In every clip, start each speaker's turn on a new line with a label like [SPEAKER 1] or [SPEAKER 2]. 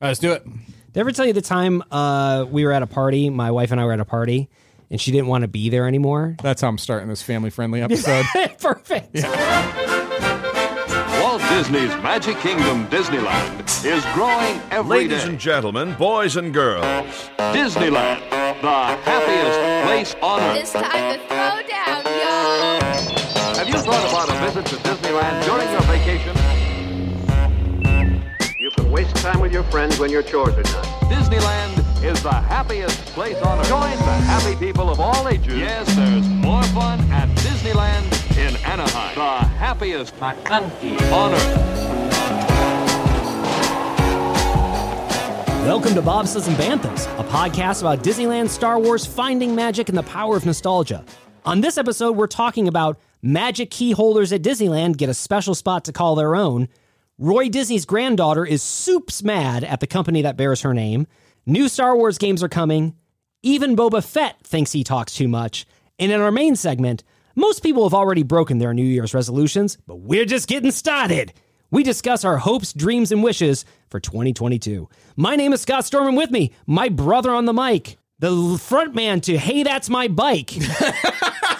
[SPEAKER 1] right, let's do it.
[SPEAKER 2] Did I ever tell you the time uh, we were at a party? My wife and I were at a party, and she didn't want to be there anymore.
[SPEAKER 1] That's how I'm starting this family friendly episode.
[SPEAKER 2] Perfect.
[SPEAKER 3] Walt Disney's Magic Kingdom Disneyland is growing every day.
[SPEAKER 4] Ladies and gentlemen, boys and girls,
[SPEAKER 3] Disneyland, the happiest place on earth.
[SPEAKER 5] This time the throwdown, y'all.
[SPEAKER 3] Have you thought about a visit to Disneyland during your vacation?
[SPEAKER 6] You can waste time with your friends when your chores are done.
[SPEAKER 3] Disneyland is the happiest place on earth. Join the happy people of all ages. Yes, there's more fun at Disneyland in Anaheim. The happiest on earth.
[SPEAKER 2] Welcome to Bobsleds and Bantams, a podcast about Disneyland, Star Wars, finding magic, and the power of nostalgia. On this episode, we're talking about magic key holders at Disneyland get a special spot to call their own. Roy Disney's granddaughter is soups mad at the company that bears her name. New Star Wars games are coming. Even Boba Fett thinks he talks too much. And in our main segment, most people have already broken their New Year's resolutions, but we're just getting started. We discuss our hopes, dreams, and wishes for 2022. My name is Scott Storm, and with me, my brother on the mic, the l- front man to Hey, That's My Bike,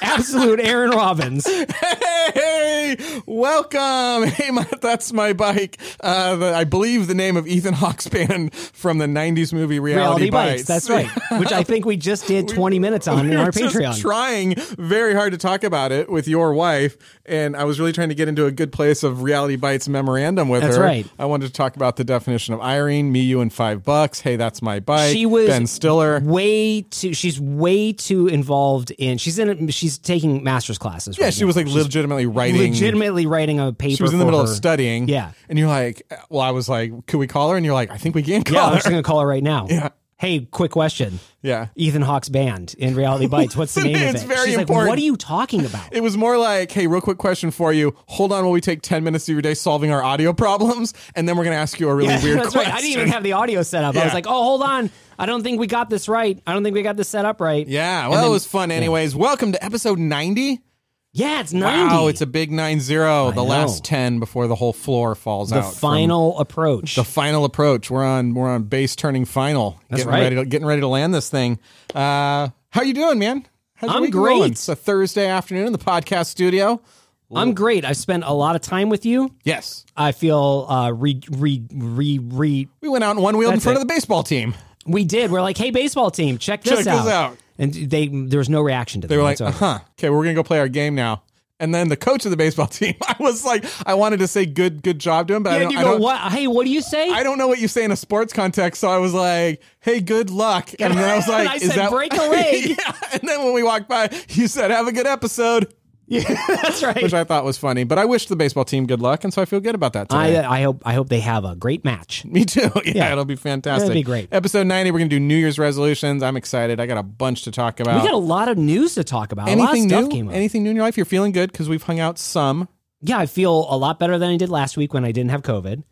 [SPEAKER 2] absolute Aaron Robbins.
[SPEAKER 1] hey, welcome. Hey, my, that's my bike. Uh, the, I believe the name of Ethan Hawke's band from the 90s movie Reality,
[SPEAKER 2] Reality Bites, that's right, which I think we just did 20 minutes on
[SPEAKER 1] We
[SPEAKER 2] in
[SPEAKER 1] were
[SPEAKER 2] our
[SPEAKER 1] just
[SPEAKER 2] Patreon.
[SPEAKER 1] Trying very hard to talk about it with your wife, and I was really trying to get into a good place of reality bites memorandum with
[SPEAKER 2] That's
[SPEAKER 1] her.
[SPEAKER 2] right.
[SPEAKER 1] I wanted to talk about the definition of Irene, me, you, and five bucks. Hey, that's my bike.
[SPEAKER 2] she was
[SPEAKER 1] Ben Stiller.
[SPEAKER 2] Way too. She's way too involved in. She's in. She's taking master's classes.
[SPEAKER 1] Yeah,
[SPEAKER 2] right
[SPEAKER 1] she
[SPEAKER 2] now.
[SPEAKER 1] was like legitimately writing.
[SPEAKER 2] legitimately writing a paper.
[SPEAKER 1] She was in the
[SPEAKER 2] for
[SPEAKER 1] middle of
[SPEAKER 2] her.
[SPEAKER 1] studying.
[SPEAKER 2] Yeah.
[SPEAKER 1] and you're like, well, I was like, could we call her? And you're like, I think we can call
[SPEAKER 2] Yeah, I'm
[SPEAKER 1] her.
[SPEAKER 2] just gonna call her right now.
[SPEAKER 1] Yeah.
[SPEAKER 2] Hey, quick question.
[SPEAKER 1] Yeah.
[SPEAKER 2] Ethan Hawke's band in Reality Bites. What's the name of it?
[SPEAKER 1] It's very
[SPEAKER 2] She's like,
[SPEAKER 1] important.
[SPEAKER 2] what are you talking about?
[SPEAKER 1] It was more like, hey, real quick question for you. Hold on while we take 10 minutes of your day solving our audio problems, and then we're going to ask you a really
[SPEAKER 2] Yeah,
[SPEAKER 1] weird
[SPEAKER 2] that's
[SPEAKER 1] question.
[SPEAKER 2] right. I didn't even have the audio set up. I was
[SPEAKER 1] Yeah.
[SPEAKER 2] like, oh, hold on. I don't think we got this right. I don't think we got this set up right.
[SPEAKER 1] yeah,
[SPEAKER 2] And
[SPEAKER 1] well,
[SPEAKER 2] then-
[SPEAKER 1] it was fun anyways. Welcome to episode 90.
[SPEAKER 2] Yeah, it's 90.
[SPEAKER 1] Wow, it's a big 9 0, the
[SPEAKER 2] know.
[SPEAKER 1] last 10 before the whole floor falls
[SPEAKER 2] the
[SPEAKER 1] out. from
[SPEAKER 2] final approach.
[SPEAKER 1] The final approach. We're on we're on base turning final.
[SPEAKER 2] That's
[SPEAKER 1] getting
[SPEAKER 2] right.
[SPEAKER 1] ready to getting ready to land this thing. Uh how you doing, man? How's your
[SPEAKER 2] I'm
[SPEAKER 1] week rolling?
[SPEAKER 2] great.
[SPEAKER 1] It's a Thursday afternoon in the podcast studio.
[SPEAKER 2] I'm great. I've spent a lot of time with you.
[SPEAKER 1] Yes.
[SPEAKER 2] I feel uh, re re re re.
[SPEAKER 1] We went out in one wheel in
[SPEAKER 2] That's
[SPEAKER 1] front
[SPEAKER 2] it.
[SPEAKER 1] of the baseball team.
[SPEAKER 2] We did. We're like, hey, baseball team, check this
[SPEAKER 1] Check this
[SPEAKER 2] out.
[SPEAKER 1] out.
[SPEAKER 2] And they there was no reaction to that.
[SPEAKER 1] They were like, uh huh. Okay, we're gonna go play our game now. And then the coach of the baseball team, I was like, I wanted to say good, good job to him, but I
[SPEAKER 2] Yeah,
[SPEAKER 1] don't,
[SPEAKER 2] you
[SPEAKER 1] I
[SPEAKER 2] go,
[SPEAKER 1] don't,
[SPEAKER 2] what? Hey, what do you say?
[SPEAKER 1] I don't know what you say in a sports context. So I was like, hey, good luck. And then I was like,
[SPEAKER 2] I
[SPEAKER 1] is
[SPEAKER 2] said,
[SPEAKER 1] that
[SPEAKER 2] break a leg.
[SPEAKER 1] yeah. And then when we walked by, you said, have a good episode,
[SPEAKER 2] That's right.
[SPEAKER 1] which I thought was funny. But I wish the baseball team good luck, and so I feel good about that today.
[SPEAKER 2] I, I hope I hope they have a great match.
[SPEAKER 1] Me too. Yeah,
[SPEAKER 2] Yeah.
[SPEAKER 1] it'll be fantastic.
[SPEAKER 2] That'd be great.
[SPEAKER 1] Episode 90, we're going to do New Year's resolutions. I'm excited. I got a bunch to talk about.
[SPEAKER 2] We got a lot of news to talk about. a lot of
[SPEAKER 1] anything
[SPEAKER 2] stuff
[SPEAKER 1] new?
[SPEAKER 2] came up.
[SPEAKER 1] Anything new in your life? You're feeling good because we've hung out some.
[SPEAKER 2] yeah, I feel a lot better than I did last week when I didn't have COVID,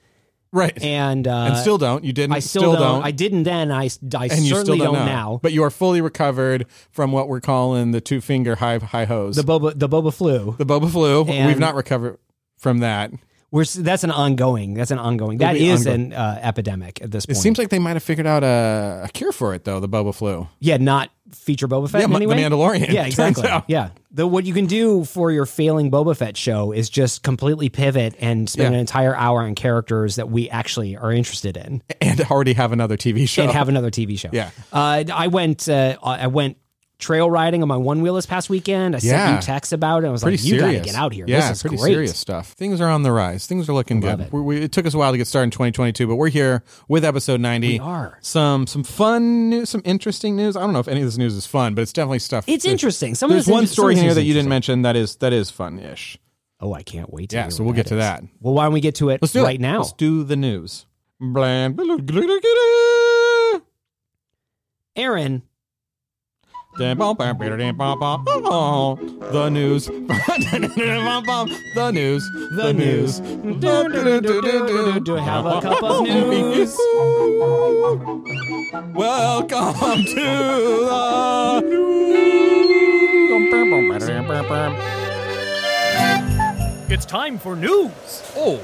[SPEAKER 1] Right.
[SPEAKER 2] and uh,
[SPEAKER 1] and still don't. You didn't.
[SPEAKER 2] I still, don't, I didn't then. I, I
[SPEAKER 1] and
[SPEAKER 2] certainly
[SPEAKER 1] you still don't,
[SPEAKER 2] don't
[SPEAKER 1] know.
[SPEAKER 2] now.
[SPEAKER 1] But you are fully recovered from what we're calling the two finger high high hose.
[SPEAKER 2] the boba the boba flu.
[SPEAKER 1] the boba flu.
[SPEAKER 2] And-
[SPEAKER 1] We've not recovered from that.
[SPEAKER 2] We're s- that's an ongoing. That's an ongoing. That
[SPEAKER 1] It'll be
[SPEAKER 2] is
[SPEAKER 1] ongoing.
[SPEAKER 2] an uh, epidemic at this
[SPEAKER 1] It
[SPEAKER 2] point.
[SPEAKER 1] seems like they might have figured out a, a cure for it though. The boba flu.
[SPEAKER 2] yeah, not feature Boba Fett
[SPEAKER 1] Yeah,
[SPEAKER 2] in
[SPEAKER 1] Ma-
[SPEAKER 2] any
[SPEAKER 1] The
[SPEAKER 2] way.
[SPEAKER 1] Mandalorian,
[SPEAKER 2] Yeah,
[SPEAKER 1] turns
[SPEAKER 2] exactly.
[SPEAKER 1] out.
[SPEAKER 2] Yeah, the, what you can do for your failing Boba Fett show is just completely pivot and spend
[SPEAKER 1] Yeah.
[SPEAKER 2] an entire hour on characters that we actually are interested in,
[SPEAKER 1] And already have another TV show.
[SPEAKER 2] and have another TV show.
[SPEAKER 1] Oh. Yeah.
[SPEAKER 2] uh, I went. Uh, I went. Trail riding on my one wheel this past weekend. I sent
[SPEAKER 1] Yeah.
[SPEAKER 2] you texts about it. I was
[SPEAKER 1] pretty
[SPEAKER 2] like, "You
[SPEAKER 1] serious.
[SPEAKER 2] gotta get out here.
[SPEAKER 1] Yeah,
[SPEAKER 2] this is
[SPEAKER 1] pretty
[SPEAKER 2] great."
[SPEAKER 1] serious stuff. Things are on the rise. Things are looking
[SPEAKER 2] Love
[SPEAKER 1] good.
[SPEAKER 2] it.
[SPEAKER 1] We, we, it took us a while to get started in 2022, but we're here with episode 90.
[SPEAKER 2] We are.
[SPEAKER 1] some some fun news, some interesting news. I don't know if any of this news is fun, but it's definitely stuff.
[SPEAKER 2] It's
[SPEAKER 1] that-
[SPEAKER 2] interesting. Some of
[SPEAKER 1] There's
[SPEAKER 2] this
[SPEAKER 1] one
[SPEAKER 2] inter-
[SPEAKER 1] story
[SPEAKER 2] some of
[SPEAKER 1] here
[SPEAKER 2] this
[SPEAKER 1] that you
[SPEAKER 2] is
[SPEAKER 1] didn't mention that is that is fun ish.
[SPEAKER 2] Oh, I can't wait. To
[SPEAKER 1] Yeah,
[SPEAKER 2] hear
[SPEAKER 1] so
[SPEAKER 2] what
[SPEAKER 1] we'll get to
[SPEAKER 2] is.
[SPEAKER 1] that.
[SPEAKER 2] Well, why don't we get to it
[SPEAKER 1] Let's do
[SPEAKER 2] right
[SPEAKER 1] it.
[SPEAKER 2] now?
[SPEAKER 1] Let's do the news. Blah, blah, blah, blah, blah, blah.
[SPEAKER 2] Aaron,
[SPEAKER 1] The news. The news. The news.
[SPEAKER 2] Do I have a cup of news?
[SPEAKER 1] Welcome to the news.
[SPEAKER 7] It's time for news.
[SPEAKER 1] Oh.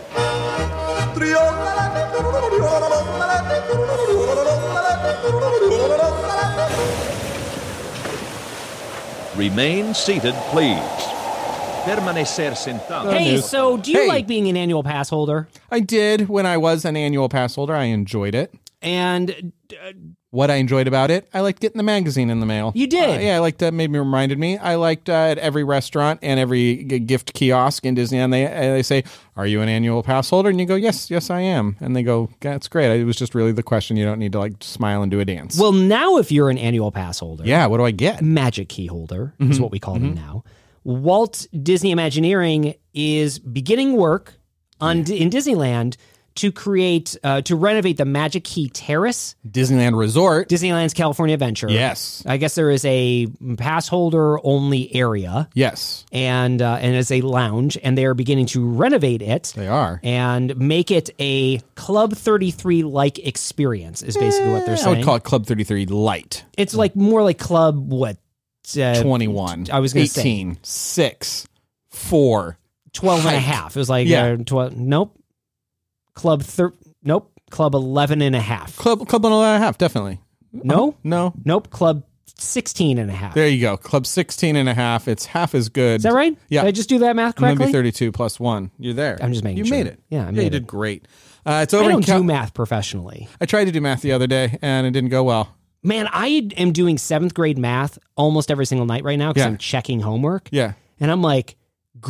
[SPEAKER 4] Remain seated, please. Permanecer sentado.
[SPEAKER 2] Hey,
[SPEAKER 1] news.
[SPEAKER 2] so do you
[SPEAKER 1] Hey.
[SPEAKER 2] like being an annual pass holder?
[SPEAKER 1] I did when I was an annual pass holder. I enjoyed it.
[SPEAKER 2] And uh,
[SPEAKER 1] What I enjoyed about it, I liked getting the magazine in the mail.
[SPEAKER 2] You did?
[SPEAKER 1] Uh, yeah, I liked that. Made me reminded me. I liked uh, at every restaurant and every g- gift kiosk in Disneyland. They uh, they say, "Are you an annual pass holder?" And you go, "Yes, yes, I am." And they go, "That's great." It was just really the question. You don't need to like smile and do a dance.
[SPEAKER 2] well, now if you're an annual pass holder,
[SPEAKER 1] yeah. Mm-hmm. What do I get?
[SPEAKER 2] magic key holder is what we call them now. Walt Disney Imagineering is beginning work on in Disneyland to create uh, to renovate the Magic Key Terrace,
[SPEAKER 1] Disneyland Resort.
[SPEAKER 2] Disneyland's California Adventure.
[SPEAKER 1] yes.
[SPEAKER 2] I guess there is a pass holder only area
[SPEAKER 1] Yes.
[SPEAKER 2] and uh, and it's a lounge and they are beginning to renovate it.
[SPEAKER 1] They are.
[SPEAKER 2] and make it a Club 33 like experience is basically what they're
[SPEAKER 1] Eh, I
[SPEAKER 2] saying.
[SPEAKER 1] would call it Club Thirty Three Light.
[SPEAKER 2] it's like more like Club what uh,
[SPEAKER 1] 21.
[SPEAKER 2] I was gonna say.
[SPEAKER 1] 18, 6, 4.
[SPEAKER 2] 12 and a
[SPEAKER 1] Hike.
[SPEAKER 2] half. It was like
[SPEAKER 1] Yeah.
[SPEAKER 2] uh, 12 nope. Club thir- nope. Club 11 and a half.
[SPEAKER 1] Club, club one and a half, definitely.
[SPEAKER 2] no.
[SPEAKER 1] No.
[SPEAKER 2] Nope. Club 16 and a half.
[SPEAKER 1] There you go. Club 16 and a half. It's half as good.
[SPEAKER 2] Is that right?
[SPEAKER 1] Yeah.
[SPEAKER 2] Did I just do that math correctly?
[SPEAKER 1] Maybe 32 plus 1. You're there.
[SPEAKER 2] I'm just making
[SPEAKER 1] You
[SPEAKER 2] sure.
[SPEAKER 1] made it.
[SPEAKER 2] Yeah, I
[SPEAKER 1] you
[SPEAKER 2] made
[SPEAKER 1] did
[SPEAKER 2] it.
[SPEAKER 1] great. Uh, it's over
[SPEAKER 2] I
[SPEAKER 1] in
[SPEAKER 2] don't
[SPEAKER 1] Cal-
[SPEAKER 2] do math professionally.
[SPEAKER 1] I tried to do math the other day and it didn't go well.
[SPEAKER 2] Man, I am doing seventh grade math almost every single night right now because
[SPEAKER 1] Yeah.
[SPEAKER 2] I'm checking homework.
[SPEAKER 1] Yeah.
[SPEAKER 2] and I'm like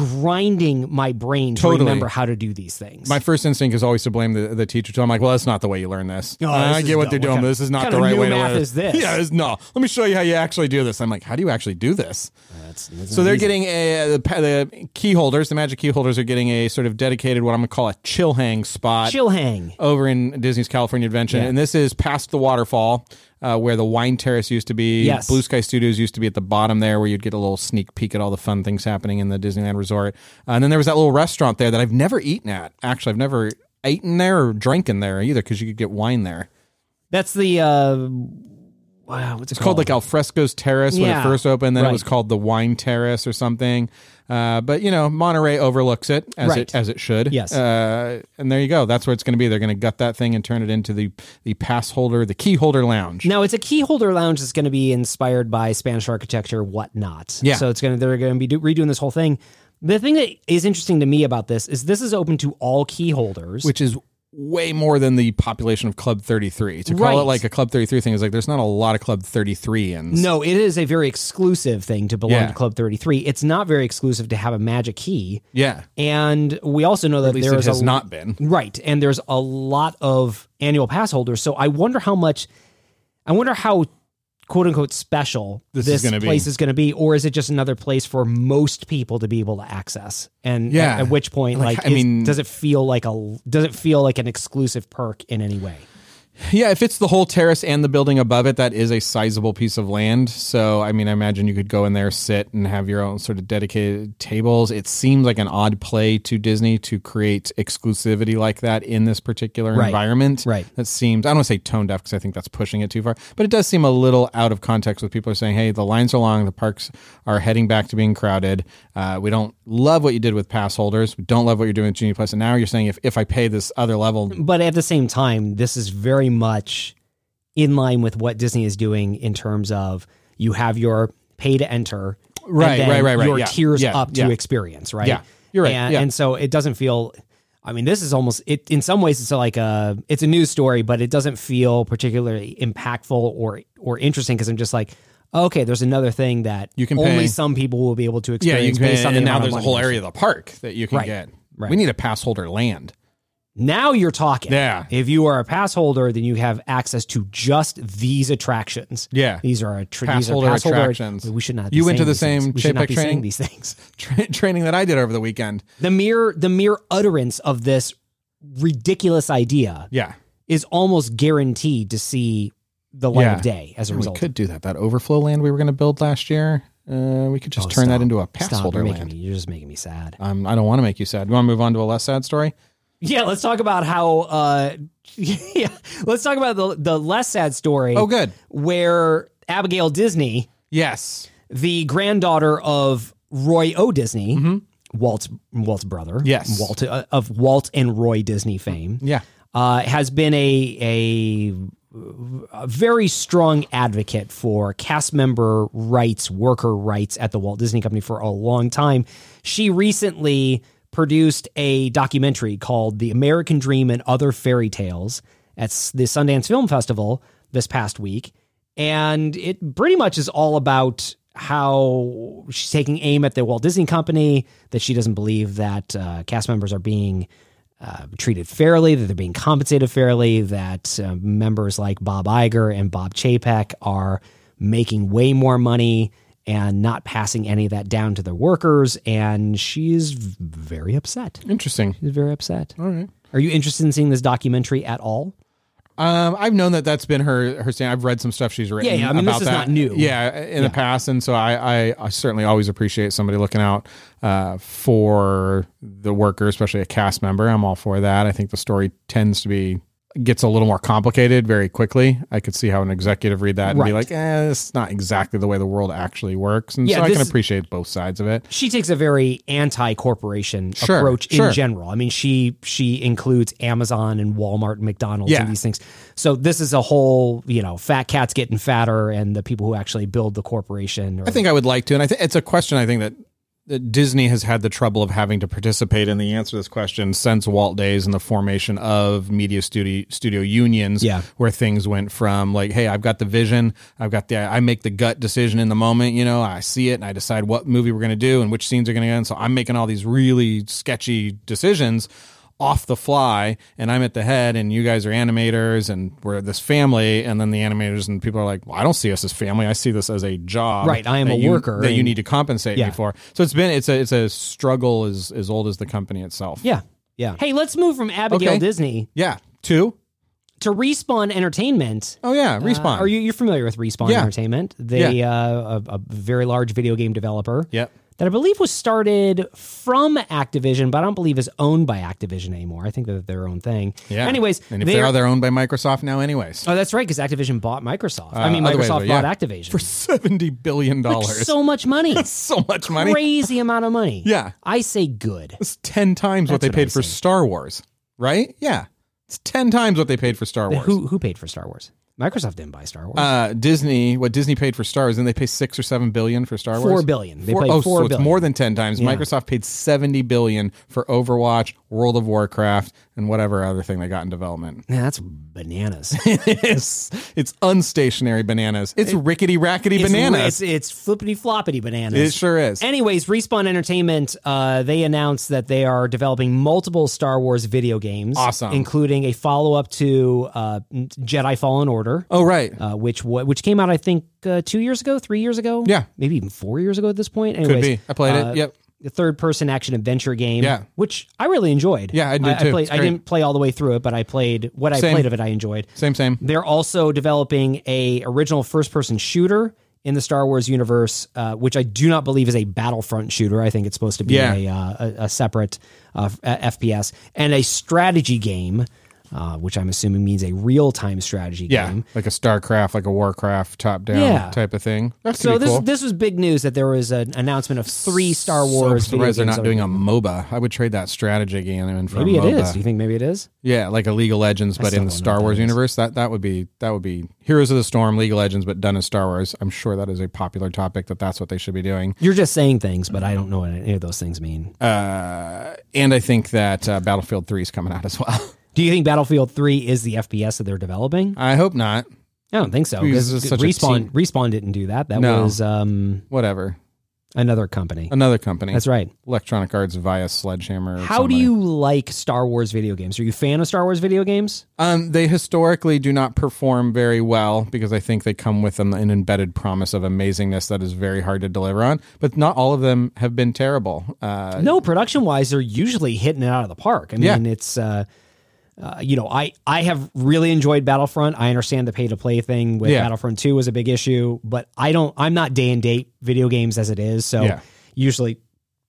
[SPEAKER 2] grinding my brain to
[SPEAKER 1] Totally.
[SPEAKER 2] remember how to do these things.
[SPEAKER 1] My first instinct is always to blame the, the teacher. So I'm like, well, that's not the way you learn this.
[SPEAKER 2] Oh,
[SPEAKER 1] Uh,
[SPEAKER 2] this
[SPEAKER 1] I
[SPEAKER 2] is
[SPEAKER 1] get what
[SPEAKER 2] dumb.
[SPEAKER 1] they're
[SPEAKER 2] What
[SPEAKER 1] doing,
[SPEAKER 2] kind
[SPEAKER 1] but
[SPEAKER 2] of-
[SPEAKER 1] this is not
[SPEAKER 2] kind
[SPEAKER 1] the
[SPEAKER 2] of
[SPEAKER 1] right
[SPEAKER 2] new
[SPEAKER 1] way to
[SPEAKER 2] math
[SPEAKER 1] learn it.
[SPEAKER 2] is this?
[SPEAKER 1] Yeah, it's, no. Let me show you how you actually do this. I'm like, how do you actually do this?
[SPEAKER 2] That's- that's
[SPEAKER 1] So they're
[SPEAKER 2] amazing.
[SPEAKER 1] getting a, the, pa- the key holders, the magic key holders are getting a sort of dedicated, what I'm going to call a chill hang spot
[SPEAKER 2] chill hang.
[SPEAKER 1] over in Disney's California Adventure. And this is past the waterfall uh, where the wine terrace used to be.
[SPEAKER 2] Yes.
[SPEAKER 1] Blue Sky Studios used to be at the bottom there where you'd get a little sneak peek at all the fun things happening in the Disneyland Resort. Uh, and then there was that little restaurant there that I've never eaten at. Actually, I've never eaten there or drank in there either because you could get wine there.
[SPEAKER 2] That's the uh, wow. What's it
[SPEAKER 1] It's called like Alfresco's Terrace when
[SPEAKER 2] Oh. Yeah.
[SPEAKER 1] it first opened. Then
[SPEAKER 2] Right.
[SPEAKER 1] it was called the Wine Terrace or something. Uh, but you know, Monterey overlooks it as
[SPEAKER 2] Right.
[SPEAKER 1] it as it should.
[SPEAKER 2] Yes.
[SPEAKER 1] Uh, and there you go. That's where it's going to be. They're going to gut that thing and turn it into the the pass holder, the key holder lounge.
[SPEAKER 2] now it's a key holder lounge that's going to be inspired by Spanish architecture, whatnot.
[SPEAKER 1] Yeah.
[SPEAKER 2] So it's going to they're going to be do, redoing this whole thing. The thing that is interesting to me about this is this is open to all key holders.
[SPEAKER 1] which is way more than the population of Club Thirty Three. To call
[SPEAKER 2] Right.
[SPEAKER 1] it like a Club Thirty Three thing is like there's not a lot of Club Thirty Three ins.
[SPEAKER 2] no, it is a very exclusive thing to belong
[SPEAKER 1] Yeah.
[SPEAKER 2] to Club 33. It's not very exclusive to have a magic key.
[SPEAKER 1] Yeah.
[SPEAKER 2] And we also know that
[SPEAKER 1] At least
[SPEAKER 2] there
[SPEAKER 1] it
[SPEAKER 2] is
[SPEAKER 1] has
[SPEAKER 2] a,
[SPEAKER 1] not been.
[SPEAKER 2] Right. And there's a lot of annual pass holders. So I wonder how much, I wonder how quote unquote special this,
[SPEAKER 1] This is gonna be.
[SPEAKER 2] place is going to be. Or is it just another place for most people to be able to access? And
[SPEAKER 1] Yeah.
[SPEAKER 2] at, at which point, like,
[SPEAKER 1] Like, I
[SPEAKER 2] is-
[SPEAKER 1] mean-
[SPEAKER 2] does it feel like a, does it feel like an exclusive perk in any way?
[SPEAKER 1] Yeah, if it's the whole terrace and the building above it, that is a sizable piece of land. So, I mean, I imagine you could go in there, sit, and have your own sort of dedicated tables. It seems like an odd play to Disney to create exclusivity like that in this particular
[SPEAKER 2] Right.
[SPEAKER 1] environment.
[SPEAKER 2] Right.
[SPEAKER 1] That seems, I don't want to say tone deaf because I think that's pushing it too far, but it does seem a little out of context with people are saying, hey, the lines are long, the parks are heading back to being crowded. Uh, we don't love what you did with pass holders. We don't love what you're doing with Genie Plus. And now you're saying if, if I pay this other level,
[SPEAKER 2] But at the same time, this is very much in line with what Disney is doing in terms of you have your pay to enter, and
[SPEAKER 1] Right,
[SPEAKER 2] then
[SPEAKER 1] right, right, right,
[SPEAKER 2] Your
[SPEAKER 1] yeah,
[SPEAKER 2] tiers
[SPEAKER 1] yeah,
[SPEAKER 2] up
[SPEAKER 1] yeah.
[SPEAKER 2] to experience, right?
[SPEAKER 1] Yeah, you're right,
[SPEAKER 2] And,
[SPEAKER 1] yeah.
[SPEAKER 2] and so it doesn't feel. I mean, this is almost it. In some ways, it's like a it's a news story, but it doesn't feel particularly impactful or or interesting because I'm just like, okay, there's another thing that
[SPEAKER 1] You can
[SPEAKER 2] only
[SPEAKER 1] pay-
[SPEAKER 2] some people will be able to
[SPEAKER 1] Yeah,
[SPEAKER 2] experience
[SPEAKER 1] you can
[SPEAKER 2] based
[SPEAKER 1] pay,
[SPEAKER 2] on the
[SPEAKER 1] and now
[SPEAKER 2] amount of
[SPEAKER 1] there's a
[SPEAKER 2] money
[SPEAKER 1] whole
[SPEAKER 2] they
[SPEAKER 1] area of the park that you can
[SPEAKER 2] Right,
[SPEAKER 1] get.
[SPEAKER 2] right.
[SPEAKER 1] We need a pass holder land.
[SPEAKER 2] Now you're talking.
[SPEAKER 1] Yeah.
[SPEAKER 2] If you are a pass holder, then you have access to just these attractions.
[SPEAKER 1] Yeah.
[SPEAKER 2] These are attr-
[SPEAKER 1] Pass
[SPEAKER 2] these are
[SPEAKER 1] holder
[SPEAKER 2] pass holder
[SPEAKER 1] attractions.
[SPEAKER 2] We should not.
[SPEAKER 1] You
[SPEAKER 2] be
[SPEAKER 1] went to the
[SPEAKER 2] saying these things.
[SPEAKER 1] same
[SPEAKER 2] We should not
[SPEAKER 1] JPEG
[SPEAKER 2] be saying
[SPEAKER 1] training?
[SPEAKER 2] These things.
[SPEAKER 1] Tra- training that I did over the weekend.
[SPEAKER 2] The mere the mere utterance of this ridiculous idea
[SPEAKER 1] Yeah,
[SPEAKER 2] is almost guaranteed to see the light
[SPEAKER 1] Yeah. Oh
[SPEAKER 2] of day as a
[SPEAKER 1] we
[SPEAKER 2] result.
[SPEAKER 1] could do that. That overflow land we were going to build last year, uh, we could just
[SPEAKER 2] Oh,
[SPEAKER 1] turn
[SPEAKER 2] stop.
[SPEAKER 1] that into a pass
[SPEAKER 2] Stop.
[SPEAKER 1] holder
[SPEAKER 2] you're making
[SPEAKER 1] land.
[SPEAKER 2] Me, you're just making me sad.
[SPEAKER 1] Um, I don't want to make you sad. You want to move on to a less sad story?
[SPEAKER 2] Yeah, let's talk about how. Uh, yeah, let's talk about the the less sad story.
[SPEAKER 1] Oh, good.
[SPEAKER 2] Where Abigail Disney.
[SPEAKER 1] Yes.
[SPEAKER 2] the granddaughter of Roy O. Disney, Walt's Walt's brother,
[SPEAKER 1] Yes.
[SPEAKER 2] Walt uh, of Walt and Roy Disney fame,
[SPEAKER 1] Yeah.
[SPEAKER 2] uh, has been a a a very strong advocate for cast member rights, worker rights at the Walt Disney Company for a long time. She recently produced a documentary called The American Dream and Other Fairy Tales at s- the Sundance Film Festival this past week. And it pretty much is all about how she's taking aim at the Walt Disney Company, that she doesn't believe that uh, cast members are being uh, treated fairly, that they're being compensated fairly, that uh, members like Bob Iger and Bob Chapek are making way more money and not passing any of that down to their workers. And she's v- very upset.
[SPEAKER 1] Interesting.
[SPEAKER 2] She's very upset. All right. Are you interested in seeing this documentary at all?
[SPEAKER 1] Um, I've known that that's been her her stand. I've read some stuff she's written.
[SPEAKER 2] Yeah, yeah, I mean, this
[SPEAKER 1] about
[SPEAKER 2] is
[SPEAKER 1] that.
[SPEAKER 2] not new.
[SPEAKER 1] Yeah, in the past, and so I, I I certainly always appreciate somebody looking out uh, for the worker, especially a cast member. I'm all for that. I think the story tends to be gets a little more complicated very quickly. I could see how an executive read that and
[SPEAKER 2] Right.
[SPEAKER 1] be like, "Eh, it's not exactly the way the world actually works," and
[SPEAKER 2] Yeah,
[SPEAKER 1] so I can
[SPEAKER 2] this-
[SPEAKER 1] appreciate both sides of it.
[SPEAKER 2] She takes a very anti-corporation
[SPEAKER 1] Sure,
[SPEAKER 2] approach in
[SPEAKER 1] sure.
[SPEAKER 2] general. I mean, she she includes Amazon and Walmart and McDonald's
[SPEAKER 1] Yeah.
[SPEAKER 2] and these things. So this is a whole, you know, fat cats getting fatter and the people who actually build the corporation. Or,
[SPEAKER 1] I think I would like to, and I think it's a question. I think that. that Disney has had the trouble of having to participate in the answer to this question since Walt days and the formation of media studio studio unions,
[SPEAKER 2] Yeah.
[SPEAKER 1] where things went from like, "Hey, I've got the vision, I've got the, I make the gut decision in the moment, you know, I see it and I decide what movie we're going to do and which scenes are going to go." in." So I'm making all these really sketchy decisions off the fly, and I'm at the head, and you guys are animators, and we're this family, and then the animators and people are like, "Well, I don't see us as family. I see this as a job.
[SPEAKER 2] Right, I am
[SPEAKER 1] that
[SPEAKER 2] a
[SPEAKER 1] you-
[SPEAKER 2] worker
[SPEAKER 1] that you
[SPEAKER 2] and-
[SPEAKER 1] need to compensate
[SPEAKER 2] Yeah.
[SPEAKER 1] me for. So it's been it's a it's a struggle as as old as the company itself.
[SPEAKER 2] yeah, yeah. Hey, let's move from Abigail
[SPEAKER 1] Okay.
[SPEAKER 2] Disney
[SPEAKER 1] Yeah. Two.
[SPEAKER 2] to Respawn Entertainment.
[SPEAKER 1] Oh yeah. Respawn.
[SPEAKER 2] Uh, Are you you're familiar with Respawn
[SPEAKER 1] Yeah.
[SPEAKER 2] Entertainment? They uh, a, a very large video game developer.
[SPEAKER 1] Yep.
[SPEAKER 2] that I believe was started from Activision, but I don't believe is owned by Activision anymore. I think they're their own thing.
[SPEAKER 1] Yeah.
[SPEAKER 2] Anyways,
[SPEAKER 1] and if they are, they're owned by Microsoft now, anyways,
[SPEAKER 2] Oh, that's right, because Activision bought Microsoft. I
[SPEAKER 1] Uh,
[SPEAKER 2] mean,
[SPEAKER 1] other way,
[SPEAKER 2] Microsoft
[SPEAKER 1] but yeah.
[SPEAKER 2] bought Activision
[SPEAKER 1] for seventy billion dollars.
[SPEAKER 2] so much money,
[SPEAKER 1] so much money.
[SPEAKER 2] crazy amount of money.
[SPEAKER 1] Yeah.
[SPEAKER 2] I say good.
[SPEAKER 1] It's ten times what
[SPEAKER 2] That's
[SPEAKER 1] they
[SPEAKER 2] what I
[SPEAKER 1] paid
[SPEAKER 2] was
[SPEAKER 1] for
[SPEAKER 2] saying.
[SPEAKER 1] Star Wars. Right? Yeah. It's ten times what they paid for Star Wars.
[SPEAKER 2] Who who paid for Star Wars? Microsoft didn't buy Star Wars.
[SPEAKER 1] uh, Disney, what Disney paid for Star Wars, then they pay six or seven billion for Star Wars.
[SPEAKER 2] Four billion. They paid
[SPEAKER 1] oh, so
[SPEAKER 2] four billion.
[SPEAKER 1] it's more than ten times. Microsoft paid seventy billion for Overwatch, World of Warcraft, and whatever other thing they got in development.
[SPEAKER 2] Yeah, that's bananas.
[SPEAKER 1] it's it's unstationary bananas. It's rickety rackety
[SPEAKER 2] It's-
[SPEAKER 1] bananas.
[SPEAKER 2] It's, it's flippity floppity bananas.
[SPEAKER 1] It sure is.
[SPEAKER 2] Anyways, Respawn Entertainment, uh, they announced that they are developing multiple Star Wars video games.
[SPEAKER 1] Awesome.
[SPEAKER 2] Including a follow up to uh, Jedi Fallen Order.
[SPEAKER 1] oh right.
[SPEAKER 2] Uh, which wa- which came out, I think, uh, two years ago, three years ago,
[SPEAKER 1] Yeah.
[SPEAKER 2] maybe even four years ago at this point. Anyways,
[SPEAKER 1] Could be. I played
[SPEAKER 2] uh,
[SPEAKER 1] it. Yep.
[SPEAKER 2] the third person action adventure game,
[SPEAKER 1] Yeah.
[SPEAKER 2] which I really enjoyed.
[SPEAKER 1] Yeah, I did
[SPEAKER 2] I,
[SPEAKER 1] too.
[SPEAKER 2] played,
[SPEAKER 1] It's
[SPEAKER 2] I
[SPEAKER 1] great.
[SPEAKER 2] didn't play all the way through it, but I played what I
[SPEAKER 1] Same.
[SPEAKER 2] played of it. I enjoyed.
[SPEAKER 1] Same same.
[SPEAKER 2] They're also developing a original first person shooter in the Star Wars universe, uh, which I do not believe is a Battlefront shooter. I think it's supposed to be
[SPEAKER 1] Yeah.
[SPEAKER 2] a, uh, a, a separate uh, f- uh, FPS and a strategy game, uh, which I'm assuming means a real time strategy
[SPEAKER 1] Yeah.
[SPEAKER 2] game.
[SPEAKER 1] Like a StarCraft, like a Warcraft top down
[SPEAKER 2] Yeah.
[SPEAKER 1] type of thing. That's
[SPEAKER 2] So this
[SPEAKER 1] cool.
[SPEAKER 2] this was big news that there was an announcement of three Star Wars.
[SPEAKER 1] so
[SPEAKER 2] video
[SPEAKER 1] surprised they're
[SPEAKER 2] games
[SPEAKER 1] not
[SPEAKER 2] that
[SPEAKER 1] doing
[SPEAKER 2] were-
[SPEAKER 1] a MOBA. I would trade that strategy game in for
[SPEAKER 2] Maybe
[SPEAKER 1] a
[SPEAKER 2] it
[SPEAKER 1] MOBA.
[SPEAKER 2] is. Do you think maybe it is?
[SPEAKER 1] Yeah, like a League of Legends, but
[SPEAKER 2] still
[SPEAKER 1] in
[SPEAKER 2] don't know
[SPEAKER 1] the
[SPEAKER 2] what
[SPEAKER 1] Star
[SPEAKER 2] that
[SPEAKER 1] Wars
[SPEAKER 2] is.
[SPEAKER 1] universe. That that would be that would be Heroes of the Storm, League of Legends, but done as Star Wars. I'm sure that is a popular topic that that's what they should be doing.
[SPEAKER 2] You're just saying things, but I don't know what any of those things mean.
[SPEAKER 1] Uh, And I think that uh, Battlefield Three is coming out as well.
[SPEAKER 2] do you think Battlefield Three is the FPS that they're developing?
[SPEAKER 1] I hope not.
[SPEAKER 2] I don't think so.
[SPEAKER 1] Because
[SPEAKER 2] Because
[SPEAKER 1] it's such a
[SPEAKER 2] respawn
[SPEAKER 1] team-
[SPEAKER 2] respawn didn't do that. That
[SPEAKER 1] No. Uh,
[SPEAKER 2] was um,
[SPEAKER 1] Whatever,
[SPEAKER 2] another company.
[SPEAKER 1] another company.
[SPEAKER 2] That's right.
[SPEAKER 1] Electronic Arts via Sledgehammer. or
[SPEAKER 2] How
[SPEAKER 1] somebody.
[SPEAKER 2] do you like Star Wars video games? Are you a fan of Star Wars video games?
[SPEAKER 1] Um, they historically do not perform very well because I think they come with an, an embedded promise of amazingness that is very hard to deliver on. But not all of them have been terrible. Uh,
[SPEAKER 2] no, production wise, they're usually hitting it out of the park. I mean,
[SPEAKER 1] Yeah.
[SPEAKER 2] it's uh, uh, you know, I I have really enjoyed Battlefront. I understand the pay to play thing with
[SPEAKER 1] Yeah.
[SPEAKER 2] Battlefront Two was a big issue, but I don't. I'm not day and date video games as it is, so
[SPEAKER 1] Yeah.
[SPEAKER 2] usually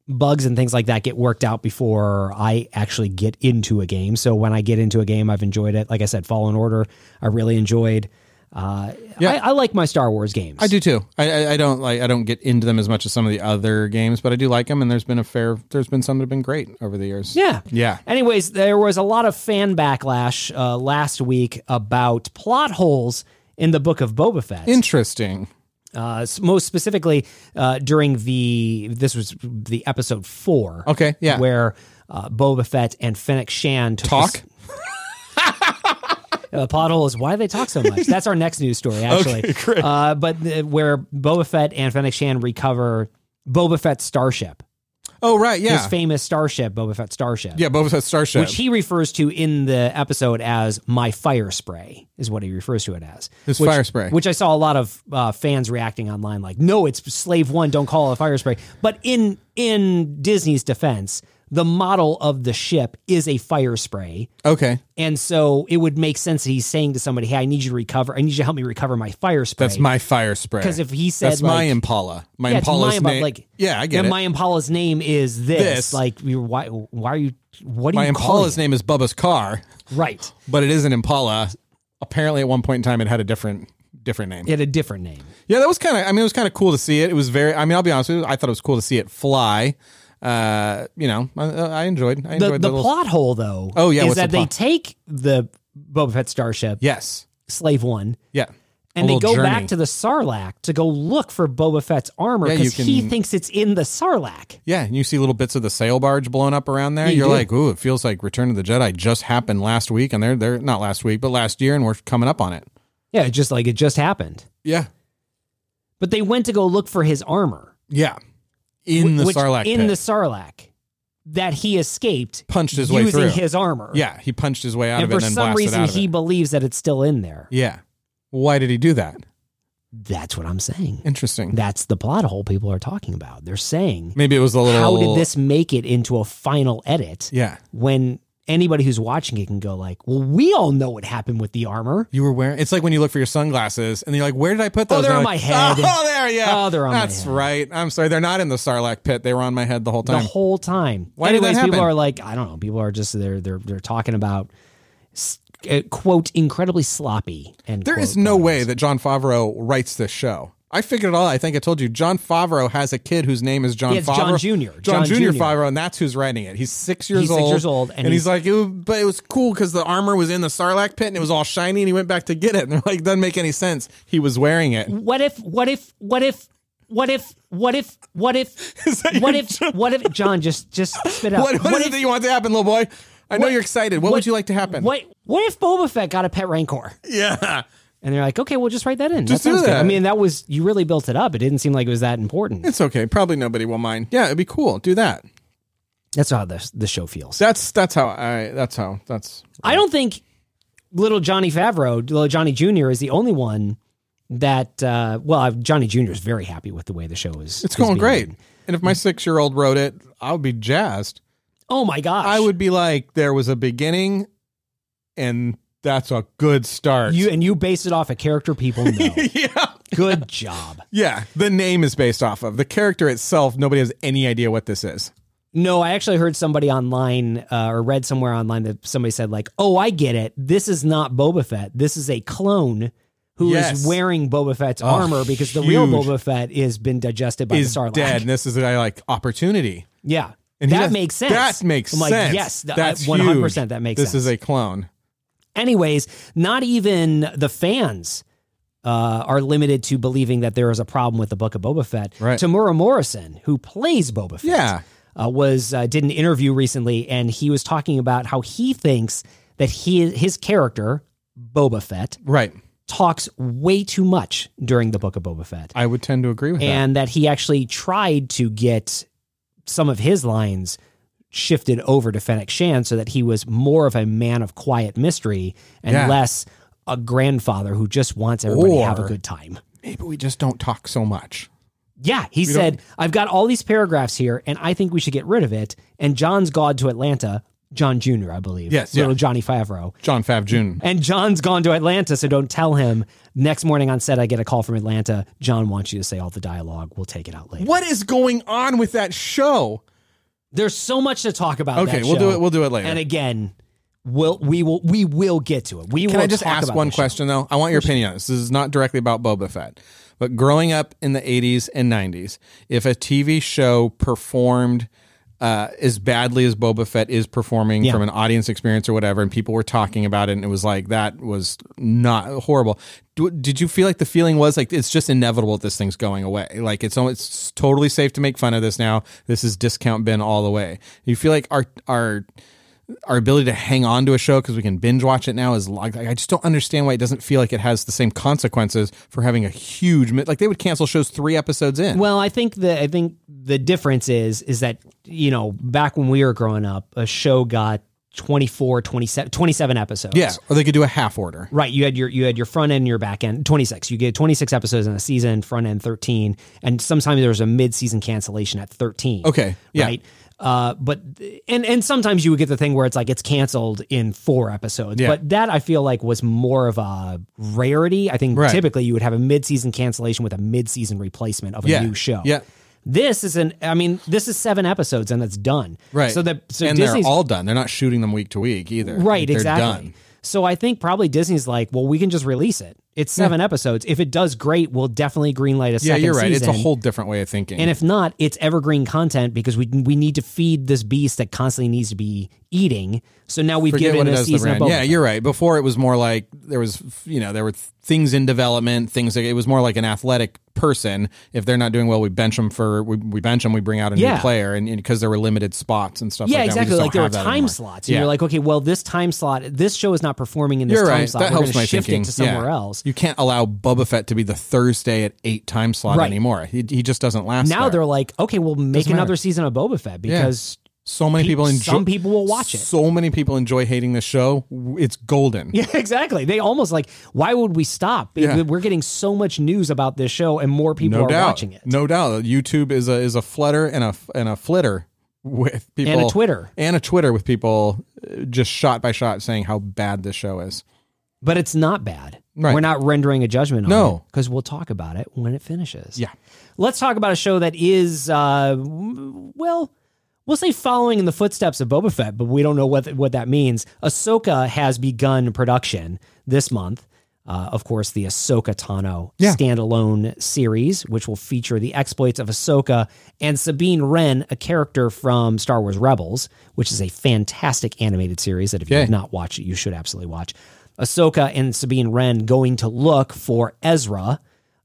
[SPEAKER 2] bugs and things like that get worked out before I actually get into a game. So when I get into a game, I've enjoyed it. Like I said, Fallen Order, I really enjoyed. Uh,
[SPEAKER 1] Yeah.
[SPEAKER 2] I, I like my Star Wars games.
[SPEAKER 1] I do too. I, I, I don't like. I don't get into them as much as some of the other games, but I do like them. And there's been a fair. There's been some that have been great over the years.
[SPEAKER 2] Yeah.
[SPEAKER 1] Yeah.
[SPEAKER 2] Anyways, there was a lot of fan backlash uh, last week about plot holes in the book of Boba Fett.
[SPEAKER 1] Interesting.
[SPEAKER 2] uh, s- most specifically, uh, during the this was the episode four.
[SPEAKER 1] Okay, yeah.
[SPEAKER 2] Where uh, Boba Fett and Fennec Shan took
[SPEAKER 1] Talk?
[SPEAKER 2] The uh, plot hole is why do they talk so much? That's our next news story, actually. Uh, but the, where Boba Fett and Fennec Shan recover Boba Fett's starship,
[SPEAKER 1] Oh right. Yeah.
[SPEAKER 2] his famous starship, Boba Fett's starship.
[SPEAKER 1] yeah. Boba Fett starship.
[SPEAKER 2] which he refers to in the episode as my fire spray is what he refers to it as
[SPEAKER 1] His
[SPEAKER 2] which,
[SPEAKER 1] fire spray.
[SPEAKER 2] which i saw a lot of uh, fans reacting online like no it's slave one don't call it a fire spray but in in disney's defense the model of the ship is a fire spray
[SPEAKER 1] okay.
[SPEAKER 2] and so it would make sense that he's saying to somebody hey i need you to recover i need you to help me recover my fire spray
[SPEAKER 1] That's my fire spray.
[SPEAKER 2] 'Cause if he said,
[SPEAKER 1] that's my
[SPEAKER 2] like-
[SPEAKER 1] Impala, my
[SPEAKER 2] yeah, it's
[SPEAKER 1] Impala's
[SPEAKER 2] my Impala,
[SPEAKER 1] name.
[SPEAKER 2] like
[SPEAKER 1] yeah, I get
[SPEAKER 2] yeah,
[SPEAKER 1] it.
[SPEAKER 2] my impala's name is this,
[SPEAKER 1] This.
[SPEAKER 2] like you- why why are you what do
[SPEAKER 1] my
[SPEAKER 2] you call
[SPEAKER 1] Impala's
[SPEAKER 2] it?
[SPEAKER 1] name is Bubba's car,
[SPEAKER 2] right
[SPEAKER 1] but it is an Impala. Apparently, at one point in time, it had a different different name.
[SPEAKER 2] it had a different name
[SPEAKER 1] Yeah, that was kind of. I mean, it was kind of cool to see it. It was very. I mean, I'll be honest with you. I thought it was cool to see it fly. Uh, you know, I, I enjoyed. I enjoyed
[SPEAKER 2] the,
[SPEAKER 1] the,
[SPEAKER 2] the
[SPEAKER 1] little-
[SPEAKER 2] plot hole though
[SPEAKER 1] Oh, yeah,
[SPEAKER 2] is
[SPEAKER 1] what's
[SPEAKER 2] that
[SPEAKER 1] the
[SPEAKER 2] they
[SPEAKER 1] plot?
[SPEAKER 2] take the Boba Fett starship
[SPEAKER 1] Yes.
[SPEAKER 2] slave one
[SPEAKER 1] Yeah.
[SPEAKER 2] and
[SPEAKER 1] A
[SPEAKER 2] they
[SPEAKER 1] little
[SPEAKER 2] go
[SPEAKER 1] journey.
[SPEAKER 2] back to the Sarlacc to go look for Boba Fett's armor
[SPEAKER 1] Yeah, you
[SPEAKER 2] because he
[SPEAKER 1] can-
[SPEAKER 2] thinks it's in the Sarlacc.
[SPEAKER 1] Yeah, and you see little bits of the sail barge blown up around there.
[SPEAKER 2] you
[SPEAKER 1] You're
[SPEAKER 2] do.
[SPEAKER 1] like, ooh, it feels like Return of the Jedi just happened last week, and they're they're not last week, but last year, and we're coming up on it.
[SPEAKER 2] Yeah, it just like it just happened.
[SPEAKER 1] Yeah.
[SPEAKER 2] But they went to go look for his armor
[SPEAKER 1] Yeah. In the
[SPEAKER 2] which-
[SPEAKER 1] Sarlacc
[SPEAKER 2] in
[SPEAKER 1] pit.
[SPEAKER 2] the Sarlacc that he escaped
[SPEAKER 1] Punched his way
[SPEAKER 2] using
[SPEAKER 1] through.
[SPEAKER 2] his armor.
[SPEAKER 1] yeah, he punched his way out
[SPEAKER 2] and
[SPEAKER 1] of it
[SPEAKER 2] for
[SPEAKER 1] and then
[SPEAKER 2] some
[SPEAKER 1] blasted
[SPEAKER 2] reason
[SPEAKER 1] out of
[SPEAKER 2] he
[SPEAKER 1] it.
[SPEAKER 2] believes that it's still in there.
[SPEAKER 1] Yeah. Why did he do that?
[SPEAKER 2] That's what I'm saying.
[SPEAKER 1] Interesting.
[SPEAKER 2] That's the plot hole people are talking about. They're saying
[SPEAKER 1] Maybe it was a little.
[SPEAKER 2] how did this make it into a final edit
[SPEAKER 1] Yeah.
[SPEAKER 2] when anybody who's watching it can go like well we all know what happened with the armor
[SPEAKER 1] You were wearing. It's like when you look for your sunglasses and you're like, "Where did I put
[SPEAKER 2] Oh,
[SPEAKER 1] those?"
[SPEAKER 2] they're
[SPEAKER 1] And
[SPEAKER 2] on
[SPEAKER 1] like,
[SPEAKER 2] my head.
[SPEAKER 1] Oh, there, yeah.
[SPEAKER 2] Oh, they're on my
[SPEAKER 1] That's
[SPEAKER 2] head.
[SPEAKER 1] right. I'm sorry, they're not in the Sarlacc pit. They were on my head the whole
[SPEAKER 2] the
[SPEAKER 1] time.
[SPEAKER 2] whole time
[SPEAKER 1] Why did that
[SPEAKER 2] anyways people
[SPEAKER 1] happen?
[SPEAKER 2] are like i don't know people are just they're they're, they're talking about s- uh, quote incredibly sloppy and
[SPEAKER 1] There is no way that John Favreau writes this show. I figured it all. out. I think I told you. John Favreau has a kid whose name is John
[SPEAKER 2] Yeah, it's
[SPEAKER 1] Favreau.
[SPEAKER 2] John Jr..
[SPEAKER 1] John,
[SPEAKER 2] John
[SPEAKER 1] Jr.
[SPEAKER 2] Jr.
[SPEAKER 1] Favreau, and that's who's writing it. He's six years
[SPEAKER 2] He's six
[SPEAKER 1] old.
[SPEAKER 2] years old, and
[SPEAKER 1] and, he's,
[SPEAKER 2] he's-
[SPEAKER 1] like, it was, but it was cool because the armor was in the Sarlacc pit and it was all shiny, and he went back to get it. And they're like, doesn't make any sense. He was wearing it.
[SPEAKER 2] what if what if what if what if what if what if what if what if john just just spit out
[SPEAKER 1] What, what is it that you want to happen, little boy? I know
[SPEAKER 2] what-
[SPEAKER 1] you're excited. What, would you like to happen?
[SPEAKER 2] what what if boba fett got a pet rancor
[SPEAKER 1] Yeah.
[SPEAKER 2] And they're like, okay, we'll just write that in.
[SPEAKER 1] Just
[SPEAKER 2] that
[SPEAKER 1] do
[SPEAKER 2] sounds good.
[SPEAKER 1] that.
[SPEAKER 2] I mean, that was you really built it up. It didn't seem like it was that important.
[SPEAKER 1] It's okay. Probably nobody will mind. Yeah, it'd be cool. Do that.
[SPEAKER 2] That's how the the show feels.
[SPEAKER 1] That's that's how I that's how that's
[SPEAKER 2] I don't think little Johnny Favreau, little Johnny Junior, is the only one that. Uh, well, I- Johnny Junior is very happy with the way the show is.
[SPEAKER 1] it's going great. And if
[SPEAKER 2] Mm.
[SPEAKER 1] my six year old wrote it, I would be jazzed.
[SPEAKER 2] Oh my gosh!
[SPEAKER 1] I would be like, there was a beginning and that's a good start.
[SPEAKER 2] You and you based it off a character people know.
[SPEAKER 1] yeah.
[SPEAKER 2] good job.
[SPEAKER 1] Yeah. The name is based off of. The character itself, nobody has any idea what this is.
[SPEAKER 2] No, I actually heard somebody online uh, or read somewhere online that somebody said like, "Oh, I get it. This is not Boba Fett. This is a clone who is
[SPEAKER 1] Yes. Oh,
[SPEAKER 2] wearing Boba Fett's armor because the real
[SPEAKER 1] huge.
[SPEAKER 2] Boba Fett is been digested by
[SPEAKER 1] Is
[SPEAKER 2] the Sarlacc."
[SPEAKER 1] dead. And this is a like opportunity.
[SPEAKER 2] Yeah,
[SPEAKER 1] And he
[SPEAKER 2] that
[SPEAKER 1] does-
[SPEAKER 2] makes sense.
[SPEAKER 1] That makes
[SPEAKER 2] I'm like,
[SPEAKER 1] sense.
[SPEAKER 2] Yes,
[SPEAKER 1] that's
[SPEAKER 2] one hundred percent.
[SPEAKER 1] huge.
[SPEAKER 2] That makes
[SPEAKER 1] this
[SPEAKER 2] sense.
[SPEAKER 1] is a clone.
[SPEAKER 2] Anyways, not even the fans. Uh, are limited to believing that there is a problem with the book of Boba Fett.
[SPEAKER 1] Right.
[SPEAKER 2] Tamura Morrison, who plays Boba Fett,
[SPEAKER 1] Yeah.
[SPEAKER 2] uh, was uh, did an interview recently, and he was talking about how he thinks that he his character Boba Fett
[SPEAKER 1] Right.
[SPEAKER 2] talks way too much during the book of Boba Fett,
[SPEAKER 1] I would tend to agree with that.
[SPEAKER 2] and that he actually tried to get some of his lines shifted over to Fennec Shan so that he was more of a man of quiet mystery and
[SPEAKER 1] Yeah.
[SPEAKER 2] less a grandfather who just wants everybody to have a
[SPEAKER 1] Or-
[SPEAKER 2] good time.
[SPEAKER 1] Maybe we just don't talk so much.
[SPEAKER 2] Yeah, he said, I've got all these paragraphs here and I think we should get rid of it. And John's gone to Atlanta, John Jr., I believe.
[SPEAKER 1] Yes,
[SPEAKER 2] Little
[SPEAKER 1] yeah.
[SPEAKER 2] Johnny Favreau.
[SPEAKER 1] John Fav June.
[SPEAKER 2] And John's gone to Atlanta, so don't tell him. Next morning on set, I get a call from Atlanta. John wants you to say all the dialogue. We'll take it out later.
[SPEAKER 1] What is going on with that show?
[SPEAKER 2] There's so much to talk about.
[SPEAKER 1] Okay,
[SPEAKER 2] that
[SPEAKER 1] we'll
[SPEAKER 2] show.
[SPEAKER 1] do it. We'll do it later.
[SPEAKER 2] And again, We'll, we will we will get to it. We
[SPEAKER 1] Can
[SPEAKER 2] will
[SPEAKER 1] I just
[SPEAKER 2] talk
[SPEAKER 1] ask
[SPEAKER 2] about
[SPEAKER 1] one
[SPEAKER 2] this show.
[SPEAKER 1] question though? I want your opinion on this. This is not directly about Boba Fett, but growing up in the 80s and 90s, if a TV show performed uh, as badly as Boba Fett is performing
[SPEAKER 2] Yeah.
[SPEAKER 1] from an audience experience or whatever, and people were talking about it, and it was like that was not horrible. Do, did you feel like the feeling was like it's just inevitable that this thing's going away? Like it's al- it's totally safe to make fun of this now. This is discount bin all the way. You feel like our our our ability to hang on to a show because we can binge watch it now is like I just don't understand why it doesn't feel like it has the same consequences for having a huge mi- like they would cancel shows three episodes in.
[SPEAKER 2] Well, I think the I think the difference is is that you know back when we were growing up, a show got 24, 27, 27 episodes.
[SPEAKER 1] yeah, or they could do a half order.
[SPEAKER 2] Right, you had your you had your front end and your back end. Twenty six. You get twenty six episodes in a season. Front end thirteen, and sometimes there was a mid season cancellation at thirteen.
[SPEAKER 1] Okay, yeah.
[SPEAKER 2] right. Uh, but and and sometimes you would get the thing where it's like it's canceled in four episodes.
[SPEAKER 1] Yeah.
[SPEAKER 2] But that I feel like was more of a rarity. I think
[SPEAKER 1] Right.
[SPEAKER 2] typically you would have a mid season cancellation with a mid season replacement of a
[SPEAKER 1] Yeah,
[SPEAKER 2] new show.
[SPEAKER 1] yeah.
[SPEAKER 2] This is an. I mean, this is seven episodes and it's done.
[SPEAKER 1] Right.
[SPEAKER 2] So that so
[SPEAKER 1] and
[SPEAKER 2] Disney's
[SPEAKER 1] they're all done. They're not shooting them week to week either.
[SPEAKER 2] Right,
[SPEAKER 1] They're
[SPEAKER 2] exactly.
[SPEAKER 1] done.
[SPEAKER 2] So I think probably Disney's like, well, we can just release it. It's seven episodes. If it does great, we'll definitely greenlight a
[SPEAKER 1] Yeah,
[SPEAKER 2] second
[SPEAKER 1] you're right.
[SPEAKER 2] season.
[SPEAKER 1] It's a whole different way of thinking.
[SPEAKER 2] and if not, it's evergreen content because we we need to feed this beast that constantly needs to be eating. So now we've
[SPEAKER 1] Forget
[SPEAKER 2] given
[SPEAKER 1] what it
[SPEAKER 2] a
[SPEAKER 1] does to the
[SPEAKER 2] season of
[SPEAKER 1] brand.
[SPEAKER 2] Boba
[SPEAKER 1] Yeah,
[SPEAKER 2] Fett.
[SPEAKER 1] you're right. Before it was more like there was, you know, there were th- things in development, things that it was more like an athletic person. If they're not doing well, we bench them for we, we bench them. We bring out a
[SPEAKER 2] Yeah.
[SPEAKER 1] new player, and because there were limited spots and stuff.
[SPEAKER 2] yeah,
[SPEAKER 1] like
[SPEAKER 2] exactly.
[SPEAKER 1] That.
[SPEAKER 2] Like there were
[SPEAKER 1] are
[SPEAKER 2] time slots, and you're like, okay, well, this time slot, this show is not performing in this
[SPEAKER 1] you're
[SPEAKER 2] time
[SPEAKER 1] right.
[SPEAKER 2] slot.
[SPEAKER 1] That
[SPEAKER 2] We're
[SPEAKER 1] helps
[SPEAKER 2] gonna
[SPEAKER 1] my
[SPEAKER 2] shift
[SPEAKER 1] thinking.
[SPEAKER 2] it to somewhere
[SPEAKER 1] Yeah.
[SPEAKER 2] else.
[SPEAKER 1] You can't allow Boba Fett to be the Thursday at eight time slot
[SPEAKER 2] Right.
[SPEAKER 1] anymore. He, he just doesn't last.
[SPEAKER 2] now
[SPEAKER 1] there.
[SPEAKER 2] they're like, okay, we'll make
[SPEAKER 1] Doesn't
[SPEAKER 2] another
[SPEAKER 1] matter.
[SPEAKER 2] season of Boba Fett because
[SPEAKER 1] so many
[SPEAKER 2] pe-
[SPEAKER 1] people enjoy.
[SPEAKER 2] some people will watch it.
[SPEAKER 1] So many people enjoy hating this show. It's golden.
[SPEAKER 2] Yeah, exactly. They almost like, why would we stop?
[SPEAKER 1] Yeah.
[SPEAKER 2] We're getting so much news about this show, and more people
[SPEAKER 1] no
[SPEAKER 2] are
[SPEAKER 1] doubt.
[SPEAKER 2] watching it.
[SPEAKER 1] No doubt. YouTube is a is a flutter and a and a flitter with people
[SPEAKER 2] And a Twitter.
[SPEAKER 1] and a Twitter with people uh, just shot by shot saying how bad this show is.
[SPEAKER 2] But it's not bad.
[SPEAKER 1] Right.
[SPEAKER 2] We're not rendering a judgment on
[SPEAKER 1] No.
[SPEAKER 2] because we'll talk about it when it finishes.
[SPEAKER 1] Yeah.
[SPEAKER 2] Let's talk about a show that is, uh, well, we'll say following in the footsteps of Boba Fett, but we don't know what, what that means. Ahsoka has begun production this month. Uh, of course, the Ahsoka Tano
[SPEAKER 1] Yeah.
[SPEAKER 2] standalone series, which will feature the exploits of Ahsoka and Sabine Wren, a character from Star Wars Rebels, which is a fantastic animated series that if you
[SPEAKER 1] Yay.
[SPEAKER 2] have not watched it, you should absolutely watch. Ahsoka and Sabine Wren going to look for Ezra,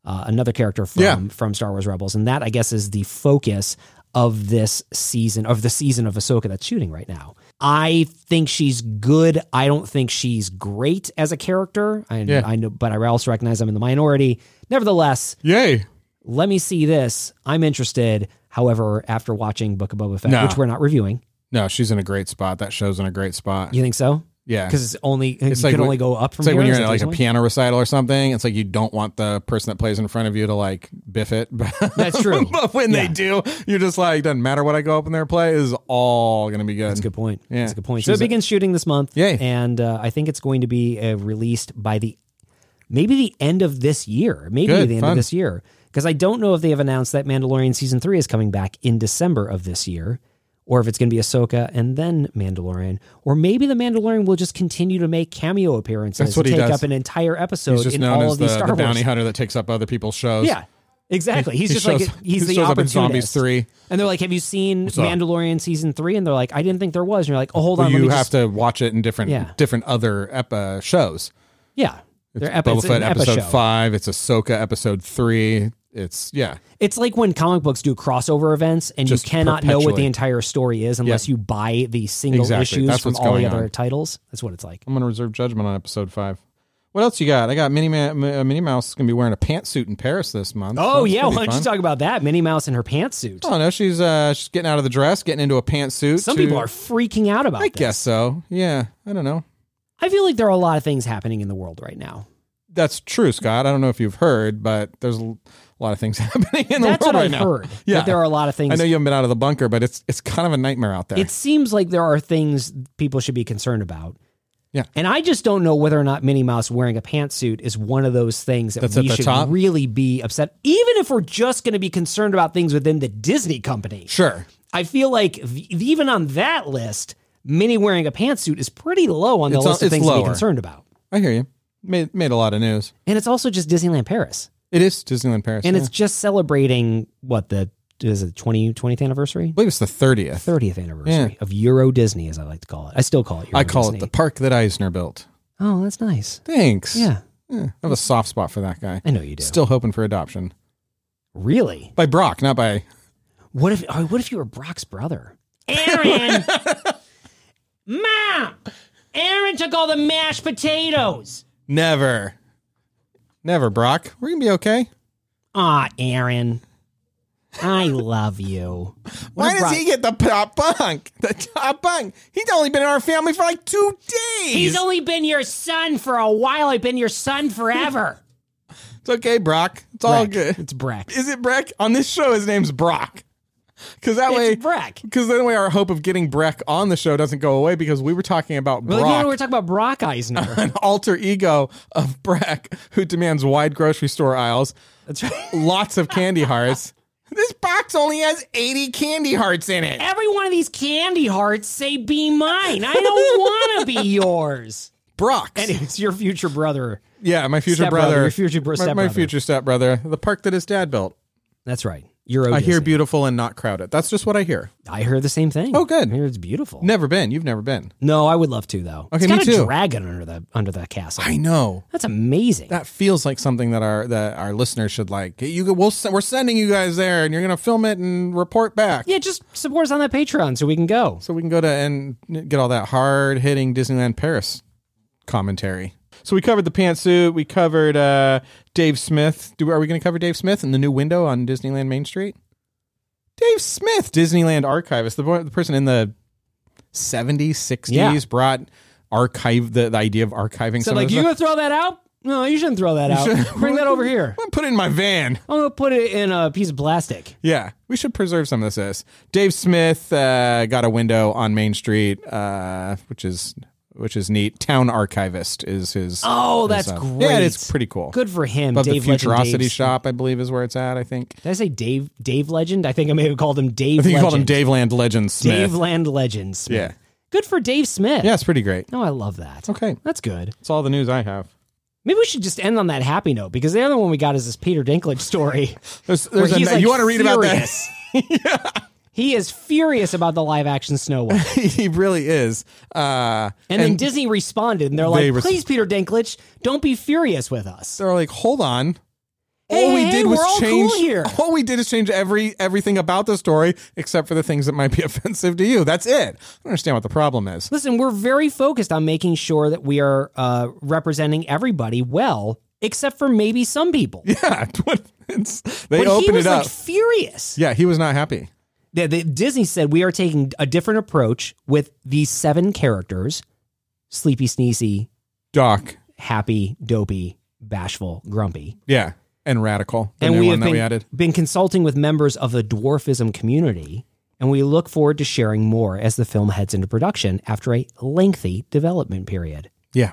[SPEAKER 2] uh, another character from
[SPEAKER 1] Yeah.
[SPEAKER 2] from Star Wars Rebels, and that I guess is the focus of this season of the season of Ahsoka that's shooting right now. I think she's good. I don't think she's great as a character. I,
[SPEAKER 1] Yeah.
[SPEAKER 2] I know, but I also recognize I'm in the minority. Nevertheless,
[SPEAKER 1] Yay.
[SPEAKER 2] let me see this. I'm interested. However, after watching Book of Boba Fett,
[SPEAKER 1] No.
[SPEAKER 2] which we're not reviewing,
[SPEAKER 1] No, she's in a great spot. That show's in a great spot.
[SPEAKER 2] you think so?
[SPEAKER 1] Yeah.
[SPEAKER 2] because it's only you
[SPEAKER 1] like
[SPEAKER 2] can
[SPEAKER 1] when-
[SPEAKER 2] only go up from
[SPEAKER 1] It's like
[SPEAKER 2] here.
[SPEAKER 1] when
[SPEAKER 2] Is
[SPEAKER 1] you're
[SPEAKER 2] that
[SPEAKER 1] at like a
[SPEAKER 2] what you're saying?
[SPEAKER 1] piano recital or something. It's like you don't want the person that plays in front of you to like biff it. But
[SPEAKER 2] That's true.
[SPEAKER 1] but when they do, you're just like, doesn't matter what I go up in there and play. This is all gonna be good.
[SPEAKER 2] That's a good point.
[SPEAKER 1] Yeah.
[SPEAKER 2] That's a good point. So
[SPEAKER 1] She's
[SPEAKER 2] it
[SPEAKER 1] a-
[SPEAKER 2] begins shooting this month.
[SPEAKER 1] Yay.
[SPEAKER 2] And uh, I think it's going to be uh, released by the maybe the end of this year. Maybe
[SPEAKER 1] Good,
[SPEAKER 2] the end of
[SPEAKER 1] fun.
[SPEAKER 2] this year. Because I don't know if they have announced that Mandalorian season three is coming back in December of this year, or if it's going to be Ahsoka and then Mandalorian, or maybe the Mandalorian will just continue to make cameo appearances
[SPEAKER 1] That's what
[SPEAKER 2] and
[SPEAKER 1] he
[SPEAKER 2] take
[SPEAKER 1] does.
[SPEAKER 2] up an entire episode
[SPEAKER 1] He's just
[SPEAKER 2] in
[SPEAKER 1] known
[SPEAKER 2] all
[SPEAKER 1] as
[SPEAKER 2] of these
[SPEAKER 1] the,
[SPEAKER 2] Star
[SPEAKER 1] the
[SPEAKER 2] Wars.
[SPEAKER 1] bounty hunter that takes up other people's shows.
[SPEAKER 2] Yeah, exactly. He's
[SPEAKER 1] He
[SPEAKER 2] just
[SPEAKER 1] shows-
[SPEAKER 2] like he's
[SPEAKER 1] he
[SPEAKER 2] the
[SPEAKER 1] shows up in
[SPEAKER 2] opportunist.
[SPEAKER 1] Zombies 3.
[SPEAKER 2] and they're like, "Have you seen
[SPEAKER 1] up?
[SPEAKER 2] Mandalorian season three? And they're like, "I didn't think there was." And you're like, "Oh, hold
[SPEAKER 1] Well,
[SPEAKER 2] on, let
[SPEAKER 1] you
[SPEAKER 2] me
[SPEAKER 1] have
[SPEAKER 2] just,
[SPEAKER 1] to watch it in different
[SPEAKER 2] Yeah.
[SPEAKER 1] different other ep- uh, shows.
[SPEAKER 2] yeah." They're epi-
[SPEAKER 1] Boba
[SPEAKER 2] it's
[SPEAKER 1] Fett
[SPEAKER 2] an epi
[SPEAKER 1] episode
[SPEAKER 2] show.
[SPEAKER 1] five. It's Ahsoka episode three. It's yeah,
[SPEAKER 2] It's like when comic books do crossover events, and
[SPEAKER 1] Just
[SPEAKER 2] you cannot know what the
[SPEAKER 1] perpetually.
[SPEAKER 2] entire story is unless
[SPEAKER 1] Yeah.
[SPEAKER 2] you buy the single
[SPEAKER 1] Exactly.
[SPEAKER 2] issues
[SPEAKER 1] That's
[SPEAKER 2] from
[SPEAKER 1] what's
[SPEAKER 2] all the
[SPEAKER 1] going
[SPEAKER 2] other
[SPEAKER 1] on.
[SPEAKER 2] titles. That's what it's like.
[SPEAKER 1] I'm gonna reserve judgment on episode five. What else you got? I got Minnie Ma- M- uh, Minnie Mouse is gonna be wearing a pantsuit in Paris this month.
[SPEAKER 2] Oh
[SPEAKER 1] That's
[SPEAKER 2] yeah,
[SPEAKER 1] pretty
[SPEAKER 2] why don't you
[SPEAKER 1] fun.
[SPEAKER 2] talk about that? Minnie Mouse in her pantsuit.
[SPEAKER 1] Oh no, she's uh, she's getting out of the dress, getting into a pantsuit.
[SPEAKER 2] Some
[SPEAKER 1] to-
[SPEAKER 2] people are freaking out about
[SPEAKER 1] I
[SPEAKER 2] this.
[SPEAKER 1] guess so. Yeah, I don't know.
[SPEAKER 2] I feel like there are a lot of things happening in the world right now.
[SPEAKER 1] That's true, Scott. I don't know if you've heard, but there's a lot of things happening in the
[SPEAKER 2] That's
[SPEAKER 1] world
[SPEAKER 2] what
[SPEAKER 1] right
[SPEAKER 2] I've
[SPEAKER 1] now.
[SPEAKER 2] heard.
[SPEAKER 1] Yeah,
[SPEAKER 2] that there are a lot of things
[SPEAKER 1] I know you haven't been out of the bunker, but it's it's kind of a nightmare out there.
[SPEAKER 2] It seems like there are things people should be concerned about.
[SPEAKER 1] Yeah.
[SPEAKER 2] And I just don't know whether or not Minnie Mouse wearing a pantsuit is one of those things that
[SPEAKER 1] That's
[SPEAKER 2] we
[SPEAKER 1] at the
[SPEAKER 2] should
[SPEAKER 1] top?
[SPEAKER 2] really be upset. Even if we're just going to be concerned about things within the Disney company,
[SPEAKER 1] sure.
[SPEAKER 2] I feel like v- even on that list, Minnie wearing a pantsuit is pretty low on the
[SPEAKER 1] It's
[SPEAKER 2] list
[SPEAKER 1] a-
[SPEAKER 2] of
[SPEAKER 1] it's
[SPEAKER 2] things to be
[SPEAKER 1] lower.
[SPEAKER 2] concerned about.
[SPEAKER 1] I hear you. Made made a lot of news.
[SPEAKER 2] And it's also just Disneyland Paris.
[SPEAKER 1] It is Disneyland Paris,
[SPEAKER 2] And
[SPEAKER 1] yeah.
[SPEAKER 2] it's just celebrating what the is it 20 20th anniversary?
[SPEAKER 1] I believe it's the thirtieth.
[SPEAKER 2] 30th anniversary
[SPEAKER 1] Yeah.
[SPEAKER 2] of Euro Disney as I like to call it. I still call it Euro
[SPEAKER 1] I call it
[SPEAKER 2] Disney.
[SPEAKER 1] the park that Eisner built.
[SPEAKER 2] Oh, that's nice.
[SPEAKER 1] Thanks.
[SPEAKER 2] Yeah.
[SPEAKER 1] Yeah, I have a soft spot for that guy.
[SPEAKER 2] I know you do.
[SPEAKER 1] Still hoping for adoption
[SPEAKER 2] Really?
[SPEAKER 1] by Brock, not by.
[SPEAKER 2] What if oh, what if you were Brock's brother? Aaron! Mom! Aaron took all the mashed potatoes.
[SPEAKER 1] Never, never, Brock. We're gonna be okay.
[SPEAKER 2] Aw, Aaron. I love you. What
[SPEAKER 1] Why
[SPEAKER 2] if
[SPEAKER 1] does
[SPEAKER 2] Brock-
[SPEAKER 1] he get the top bunk? The top bunk. He's only been in our family for like two days.
[SPEAKER 2] He's only been your son for a while. I've been your son forever.
[SPEAKER 1] it's okay, Brock. It's all
[SPEAKER 2] Breck.
[SPEAKER 1] good.
[SPEAKER 2] It's Breck.
[SPEAKER 1] Is it Breck? On this show, his name's Brock. Because that way,
[SPEAKER 2] It's Breck.
[SPEAKER 1] Because that way, our hope of getting Breck on the show doesn't go away. Because we were talking about
[SPEAKER 2] Well,
[SPEAKER 1] Brock,
[SPEAKER 2] yeah, we're talking about Brock Eisner.
[SPEAKER 1] an alter ego of Breck, who demands wide grocery store aisles,
[SPEAKER 2] That's right.
[SPEAKER 1] lots of candy hearts. This box only has eighty candy hearts in it.
[SPEAKER 2] Every one of these candy hearts say be mine. I don't want to be yours.
[SPEAKER 1] Brock.
[SPEAKER 2] Anyways, your future brother.
[SPEAKER 1] Yeah, my future
[SPEAKER 2] Stepbrother,
[SPEAKER 1] brother,
[SPEAKER 2] your future bro-
[SPEAKER 1] my- my,
[SPEAKER 2] stepbrother.
[SPEAKER 1] future stepbrother, the park that his dad built.
[SPEAKER 2] That's right. Euro
[SPEAKER 1] I hear
[SPEAKER 2] Disney.
[SPEAKER 1] beautiful and not crowded. That's just what I hear.
[SPEAKER 2] I hear the same thing.
[SPEAKER 1] Oh, good.
[SPEAKER 2] I hear it's beautiful.
[SPEAKER 1] Never been. You've never been.
[SPEAKER 2] No, I would love to though.
[SPEAKER 1] Okay,
[SPEAKER 2] it's got
[SPEAKER 1] me
[SPEAKER 2] a
[SPEAKER 1] too.
[SPEAKER 2] dragon under the under the castle.
[SPEAKER 1] I know.
[SPEAKER 2] That's amazing.
[SPEAKER 1] That feels like something that our that our listeners should like. You we'll, s- we're sending you guys there, and you're gonna film it and report back.
[SPEAKER 2] yeah, just support us on that Patreon so we can go.
[SPEAKER 1] So we can go to and get all that hard hitting Disneyland Paris commentary. So we covered the pantsuit. We covered uh, Dave Smith. Do are we going to cover Dave Smith and the new window on Disneyland Main Street? Dave Smith, Disneyland archivist, the, boy- the person in the seventies, sixties,
[SPEAKER 2] Yeah.
[SPEAKER 1] brought archive the, the idea of archiving.
[SPEAKER 2] So
[SPEAKER 1] some
[SPEAKER 2] like,
[SPEAKER 1] of
[SPEAKER 2] you
[SPEAKER 1] this
[SPEAKER 2] gonna
[SPEAKER 1] stuff.
[SPEAKER 2] throw that out? No, you shouldn't throw that out. Bring that over here.
[SPEAKER 1] I'm gonna put it in my van.
[SPEAKER 2] I'm gonna put it in a piece of plastic.
[SPEAKER 1] Yeah, we should preserve some of this. Is Dave Smith uh, got a window on Main Street, uh, which is which is neat. Town archivist is his.
[SPEAKER 2] Oh, that's
[SPEAKER 1] his, uh,
[SPEAKER 2] great.
[SPEAKER 1] Yeah, it's pretty cool.
[SPEAKER 2] Good for him.
[SPEAKER 1] Above
[SPEAKER 2] Dave
[SPEAKER 1] the
[SPEAKER 2] Legend
[SPEAKER 1] Futurosity
[SPEAKER 2] Dave's-
[SPEAKER 1] Shop, I believe, is where it's at. I think.
[SPEAKER 2] Did I say Dave? Dave Legend? I think I may have called him Dave.
[SPEAKER 1] I think you
[SPEAKER 2] Legend.
[SPEAKER 1] called him Dave Land Legend Smith.
[SPEAKER 2] Dave Land Legend. Smith.
[SPEAKER 1] Yeah.
[SPEAKER 2] Good for Dave Smith.
[SPEAKER 1] yeah, it's pretty great.
[SPEAKER 2] No, I love that.
[SPEAKER 1] Okay,
[SPEAKER 2] That's good.
[SPEAKER 1] that's all the news I have.
[SPEAKER 2] Maybe we should just end on that happy note because the other one we got is this Peter Dinklage story.
[SPEAKER 1] There's,
[SPEAKER 2] where
[SPEAKER 1] there's a,
[SPEAKER 2] he's, like,
[SPEAKER 1] you want to read about that?
[SPEAKER 2] furious. He is furious about the live action Snow White.
[SPEAKER 1] he really is. Uh,
[SPEAKER 2] And, then Disney responded and they're like,
[SPEAKER 1] They res-
[SPEAKER 2] please, Peter Dinklage, don't be furious with us.
[SPEAKER 1] they're like, hold on.
[SPEAKER 2] Hey,
[SPEAKER 1] all we
[SPEAKER 2] hey,
[SPEAKER 1] did
[SPEAKER 2] hey,
[SPEAKER 1] was
[SPEAKER 2] we're all
[SPEAKER 1] change.
[SPEAKER 2] cool here.
[SPEAKER 1] All we did is change every everything about the story except for the things that might be offensive to you. That's it. I don't understand what the problem is.
[SPEAKER 2] Listen, we're very focused on making sure that we are uh, representing everybody well, except for maybe some people.
[SPEAKER 1] Yeah, what- it's- they
[SPEAKER 2] but he
[SPEAKER 1] opened
[SPEAKER 2] was
[SPEAKER 1] it up.
[SPEAKER 2] like furious.
[SPEAKER 1] yeah, he was not happy.
[SPEAKER 2] The, the- Disney said we are taking a different approach with these seven characters: Sleepy, Sneezy,
[SPEAKER 1] Doc.
[SPEAKER 2] Happy, Dopey, Bashful, Grumpy.
[SPEAKER 1] Yeah, and radical. The
[SPEAKER 2] and
[SPEAKER 1] new
[SPEAKER 2] we
[SPEAKER 1] one
[SPEAKER 2] have
[SPEAKER 1] that
[SPEAKER 2] been,
[SPEAKER 1] we added.
[SPEAKER 2] been consulting with members of the dwarfism community, and we look forward to sharing more as the film heads into production after a lengthy development period.
[SPEAKER 1] Yeah,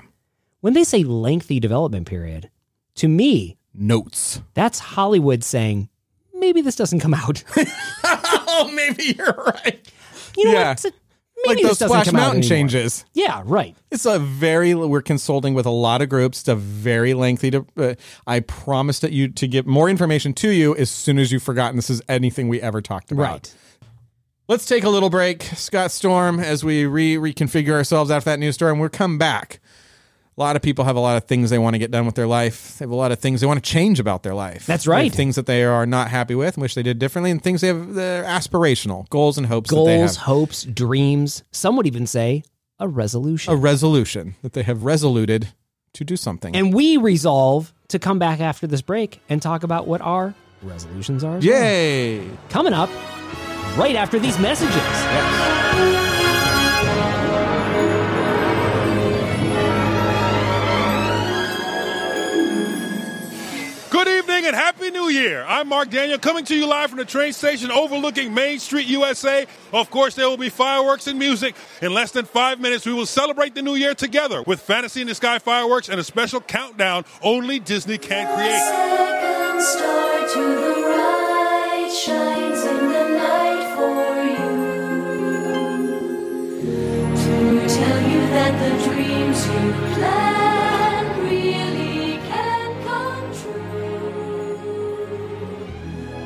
[SPEAKER 2] When they say lengthy development period, to me,
[SPEAKER 1] notes.
[SPEAKER 2] that's Hollywood saying maybe this doesn't come out.
[SPEAKER 1] oh, maybe you're right.
[SPEAKER 2] You know
[SPEAKER 1] Yeah.
[SPEAKER 2] what? It's a-
[SPEAKER 1] Like
[SPEAKER 2] Maybe
[SPEAKER 1] those
[SPEAKER 2] this doesn't
[SPEAKER 1] Splash
[SPEAKER 2] come out
[SPEAKER 1] Mountain
[SPEAKER 2] anymore.
[SPEAKER 1] changes.
[SPEAKER 2] Yeah, right.
[SPEAKER 1] It's a very we're consulting with a lot of groups. It's a very lengthy. De- uh, I promised that you to get more information to you as soon as you've forgotten this is anything we ever talked about.
[SPEAKER 2] Right.
[SPEAKER 1] Let's take a little break, Scott Storm, as we re- reconfigure ourselves after that news story, and we'll come back. A lot of people have a lot of things they want to get done with their life. They have a lot of things they want to change about their life.
[SPEAKER 2] That's
[SPEAKER 1] They have
[SPEAKER 2] right.
[SPEAKER 1] Things that they are not happy with, and wish they did differently, and things they have they're aspirational goals and hopes. that they
[SPEAKER 2] Goals,
[SPEAKER 1] have.
[SPEAKER 2] hopes, dreams. Some would even say a resolution.
[SPEAKER 1] a resolution that they have resoluted to do something.
[SPEAKER 2] and we resolve to come back after this break and talk about what our resolutions are. as well.
[SPEAKER 1] Yay!
[SPEAKER 2] coming up right after these messages.
[SPEAKER 7] Good evening and Happy New Year. I'm Mark Daniel coming to you live from the train station overlooking Main Street, USA. Of course, there will be fireworks and music. In less than five minutes, we will celebrate the new year together with Fantasy in the Sky fireworks and a special countdown only Disney can create.
[SPEAKER 8] Second star to the right shines in the night for you. To the dreams you plan really can come true.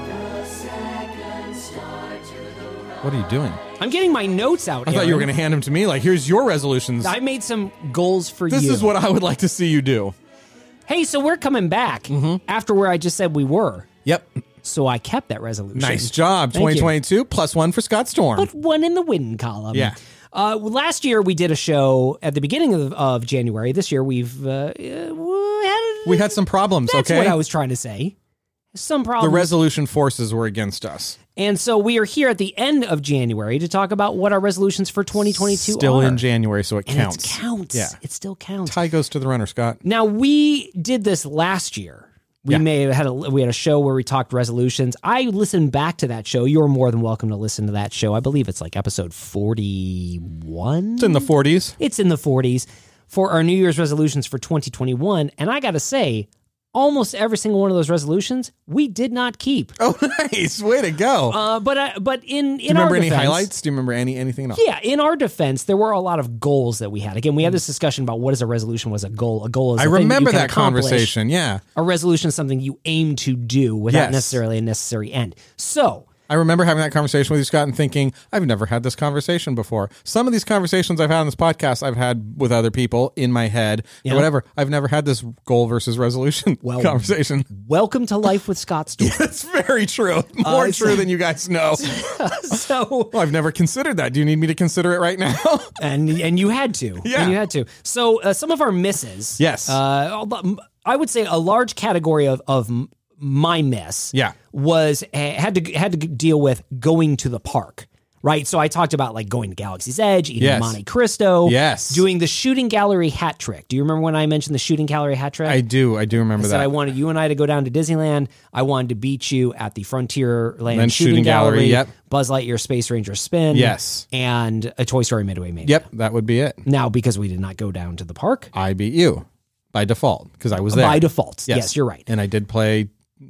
[SPEAKER 8] The second star to the right.
[SPEAKER 1] What are you doing?
[SPEAKER 2] I'm getting my notes out.
[SPEAKER 1] I thought you were
[SPEAKER 2] Aaron.
[SPEAKER 1] going to hand them to me. Like, here's your resolutions.
[SPEAKER 2] I made some goals for
[SPEAKER 1] this
[SPEAKER 2] you.
[SPEAKER 1] is what I would like to see you do.
[SPEAKER 2] Hey, so we're coming back
[SPEAKER 1] Mm-hmm.
[SPEAKER 2] after where I just said we were.
[SPEAKER 1] Yep.
[SPEAKER 2] So I kept that resolution.
[SPEAKER 1] Nice job.
[SPEAKER 2] Thank you.
[SPEAKER 1] 2022 plus one for Scott Storm.
[SPEAKER 2] Put one in the win column.
[SPEAKER 1] Yeah.
[SPEAKER 2] Uh, well, last year we did a show at the beginning of, of January. This year we've uh, uh, we had,
[SPEAKER 1] we had some problems,
[SPEAKER 2] that's
[SPEAKER 1] okay?
[SPEAKER 2] what I was trying to say. Some
[SPEAKER 1] the
[SPEAKER 2] problems.
[SPEAKER 1] resolution forces were against us.
[SPEAKER 2] and so we are here at the end of January to talk about what our resolutions for 2022
[SPEAKER 1] Still
[SPEAKER 2] are.
[SPEAKER 1] in January, so it
[SPEAKER 2] And
[SPEAKER 1] counts.
[SPEAKER 2] It counts.
[SPEAKER 1] Yeah.
[SPEAKER 2] It still counts.
[SPEAKER 1] Tie goes to the runner, Scott.
[SPEAKER 2] Now we did this last year. We
[SPEAKER 1] Yeah.
[SPEAKER 2] may have had a we had a show where we talked resolutions. I listened back to that show. You're more than welcome to listen to that show. I believe it's like episode 41.
[SPEAKER 1] It's in the 40s.
[SPEAKER 2] It's in the 40s for our New Year's resolutions for 2021, and I got to say almost every single one of those resolutions we did not keep.
[SPEAKER 1] Oh, nice. Way to go.
[SPEAKER 2] Uh, but I, but in in
[SPEAKER 1] Do you remember
[SPEAKER 2] our
[SPEAKER 1] any
[SPEAKER 2] defense-
[SPEAKER 1] highlights? Do you remember any anything at all?
[SPEAKER 2] Yeah, in our defense, there were a lot of goals that we had. Again, we had this discussion about what is a resolution, what is a goal. A goal
[SPEAKER 1] Hmm. I
[SPEAKER 2] is a thing you
[SPEAKER 1] remember
[SPEAKER 2] can
[SPEAKER 1] that
[SPEAKER 2] accomplish.
[SPEAKER 1] conversation. Yeah.
[SPEAKER 2] a resolution is something you aim to do without
[SPEAKER 1] Yes.
[SPEAKER 2] necessarily a necessary end. So,
[SPEAKER 1] I remember having that conversation with you, Scott, and thinking, I've never had this conversation before. Some of these conversations I've had on this podcast, I've had with other people in my head
[SPEAKER 2] Yeah.
[SPEAKER 1] or whatever. I've never had this goal versus resolution
[SPEAKER 2] Well-
[SPEAKER 1] conversation.
[SPEAKER 2] welcome to life with Scott Storm.
[SPEAKER 1] That's very true. More
[SPEAKER 2] it's-
[SPEAKER 1] true than you guys know.
[SPEAKER 2] so,
[SPEAKER 1] Well, I've never considered that. Do you need me to consider it right now?
[SPEAKER 2] and and you had to,
[SPEAKER 1] Yeah.
[SPEAKER 2] and you had to. So, uh, some of our misses.
[SPEAKER 1] Yes.
[SPEAKER 2] uh, although- I would say a large category of of m- my miss.
[SPEAKER 1] Yeah.
[SPEAKER 2] was uh, had to had to deal with going to the park. Right, so I talked about like going to Galaxy's Edge, eating
[SPEAKER 1] Yes.
[SPEAKER 2] Monte Cristo,
[SPEAKER 1] Yes.
[SPEAKER 2] doing the shooting gallery hat trick. Do you remember when I mentioned the shooting gallery hat trick?
[SPEAKER 1] I do. I do remember
[SPEAKER 2] said
[SPEAKER 1] that.
[SPEAKER 2] I wanted you and I to go down to Disneyland. I wanted to beat you at the Frontierland
[SPEAKER 1] Land
[SPEAKER 2] Shooting,
[SPEAKER 1] Shooting
[SPEAKER 2] Gallery,
[SPEAKER 1] Gallery, yep.
[SPEAKER 2] Buzz Lightyear Space Ranger Spin,
[SPEAKER 1] Yes.
[SPEAKER 2] and a Toy Story Midway Mania.
[SPEAKER 1] yep, that would be it.
[SPEAKER 2] Now, because we did not go down to the park
[SPEAKER 1] I beat you by default because I was Oh, there.
[SPEAKER 2] by default, yes.
[SPEAKER 1] Yes.
[SPEAKER 2] you're right.
[SPEAKER 1] And I did play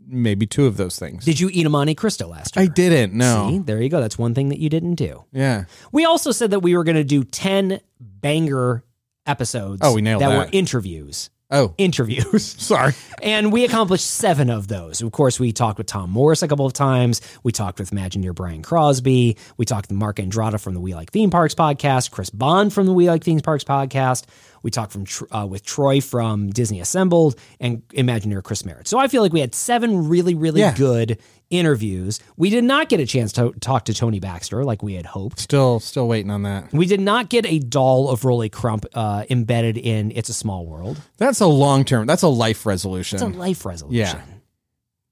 [SPEAKER 1] maybe two of those things.
[SPEAKER 2] Did you eat a Monte Cristo last year?
[SPEAKER 1] I didn't. No.
[SPEAKER 2] See, there you go. That's one thing that you didn't do.
[SPEAKER 1] Yeah.
[SPEAKER 2] We also said that we were going to do ten banger episodes.
[SPEAKER 1] Oh, we nailed
[SPEAKER 2] that were
[SPEAKER 1] that.
[SPEAKER 2] interviews.
[SPEAKER 1] Oh,
[SPEAKER 2] Interviews.
[SPEAKER 1] sorry.
[SPEAKER 2] And we accomplished seven of those. Of course, we talked with Tom Morris a couple of times. We talked with Imagineer Brian Crosby. We talked with Mark Andrada from the We Like Theme Parks podcast, Chris Bond from the We Like Theme Parks podcast. We talked from Tr- uh, with Troy from Disney Assembled and Imagineer Chris Merritt. So I feel like we had seven really, really
[SPEAKER 1] Yeah.
[SPEAKER 2] good interviews. We did not get a chance to talk to Tony Baxter like we had hoped.
[SPEAKER 1] Still, still waiting on that.
[SPEAKER 2] We did not get a doll of Rolly Crump uh, embedded in It's a Small World.
[SPEAKER 1] That's a long term. That's a life resolution.
[SPEAKER 2] It's a life resolution.
[SPEAKER 1] Yeah.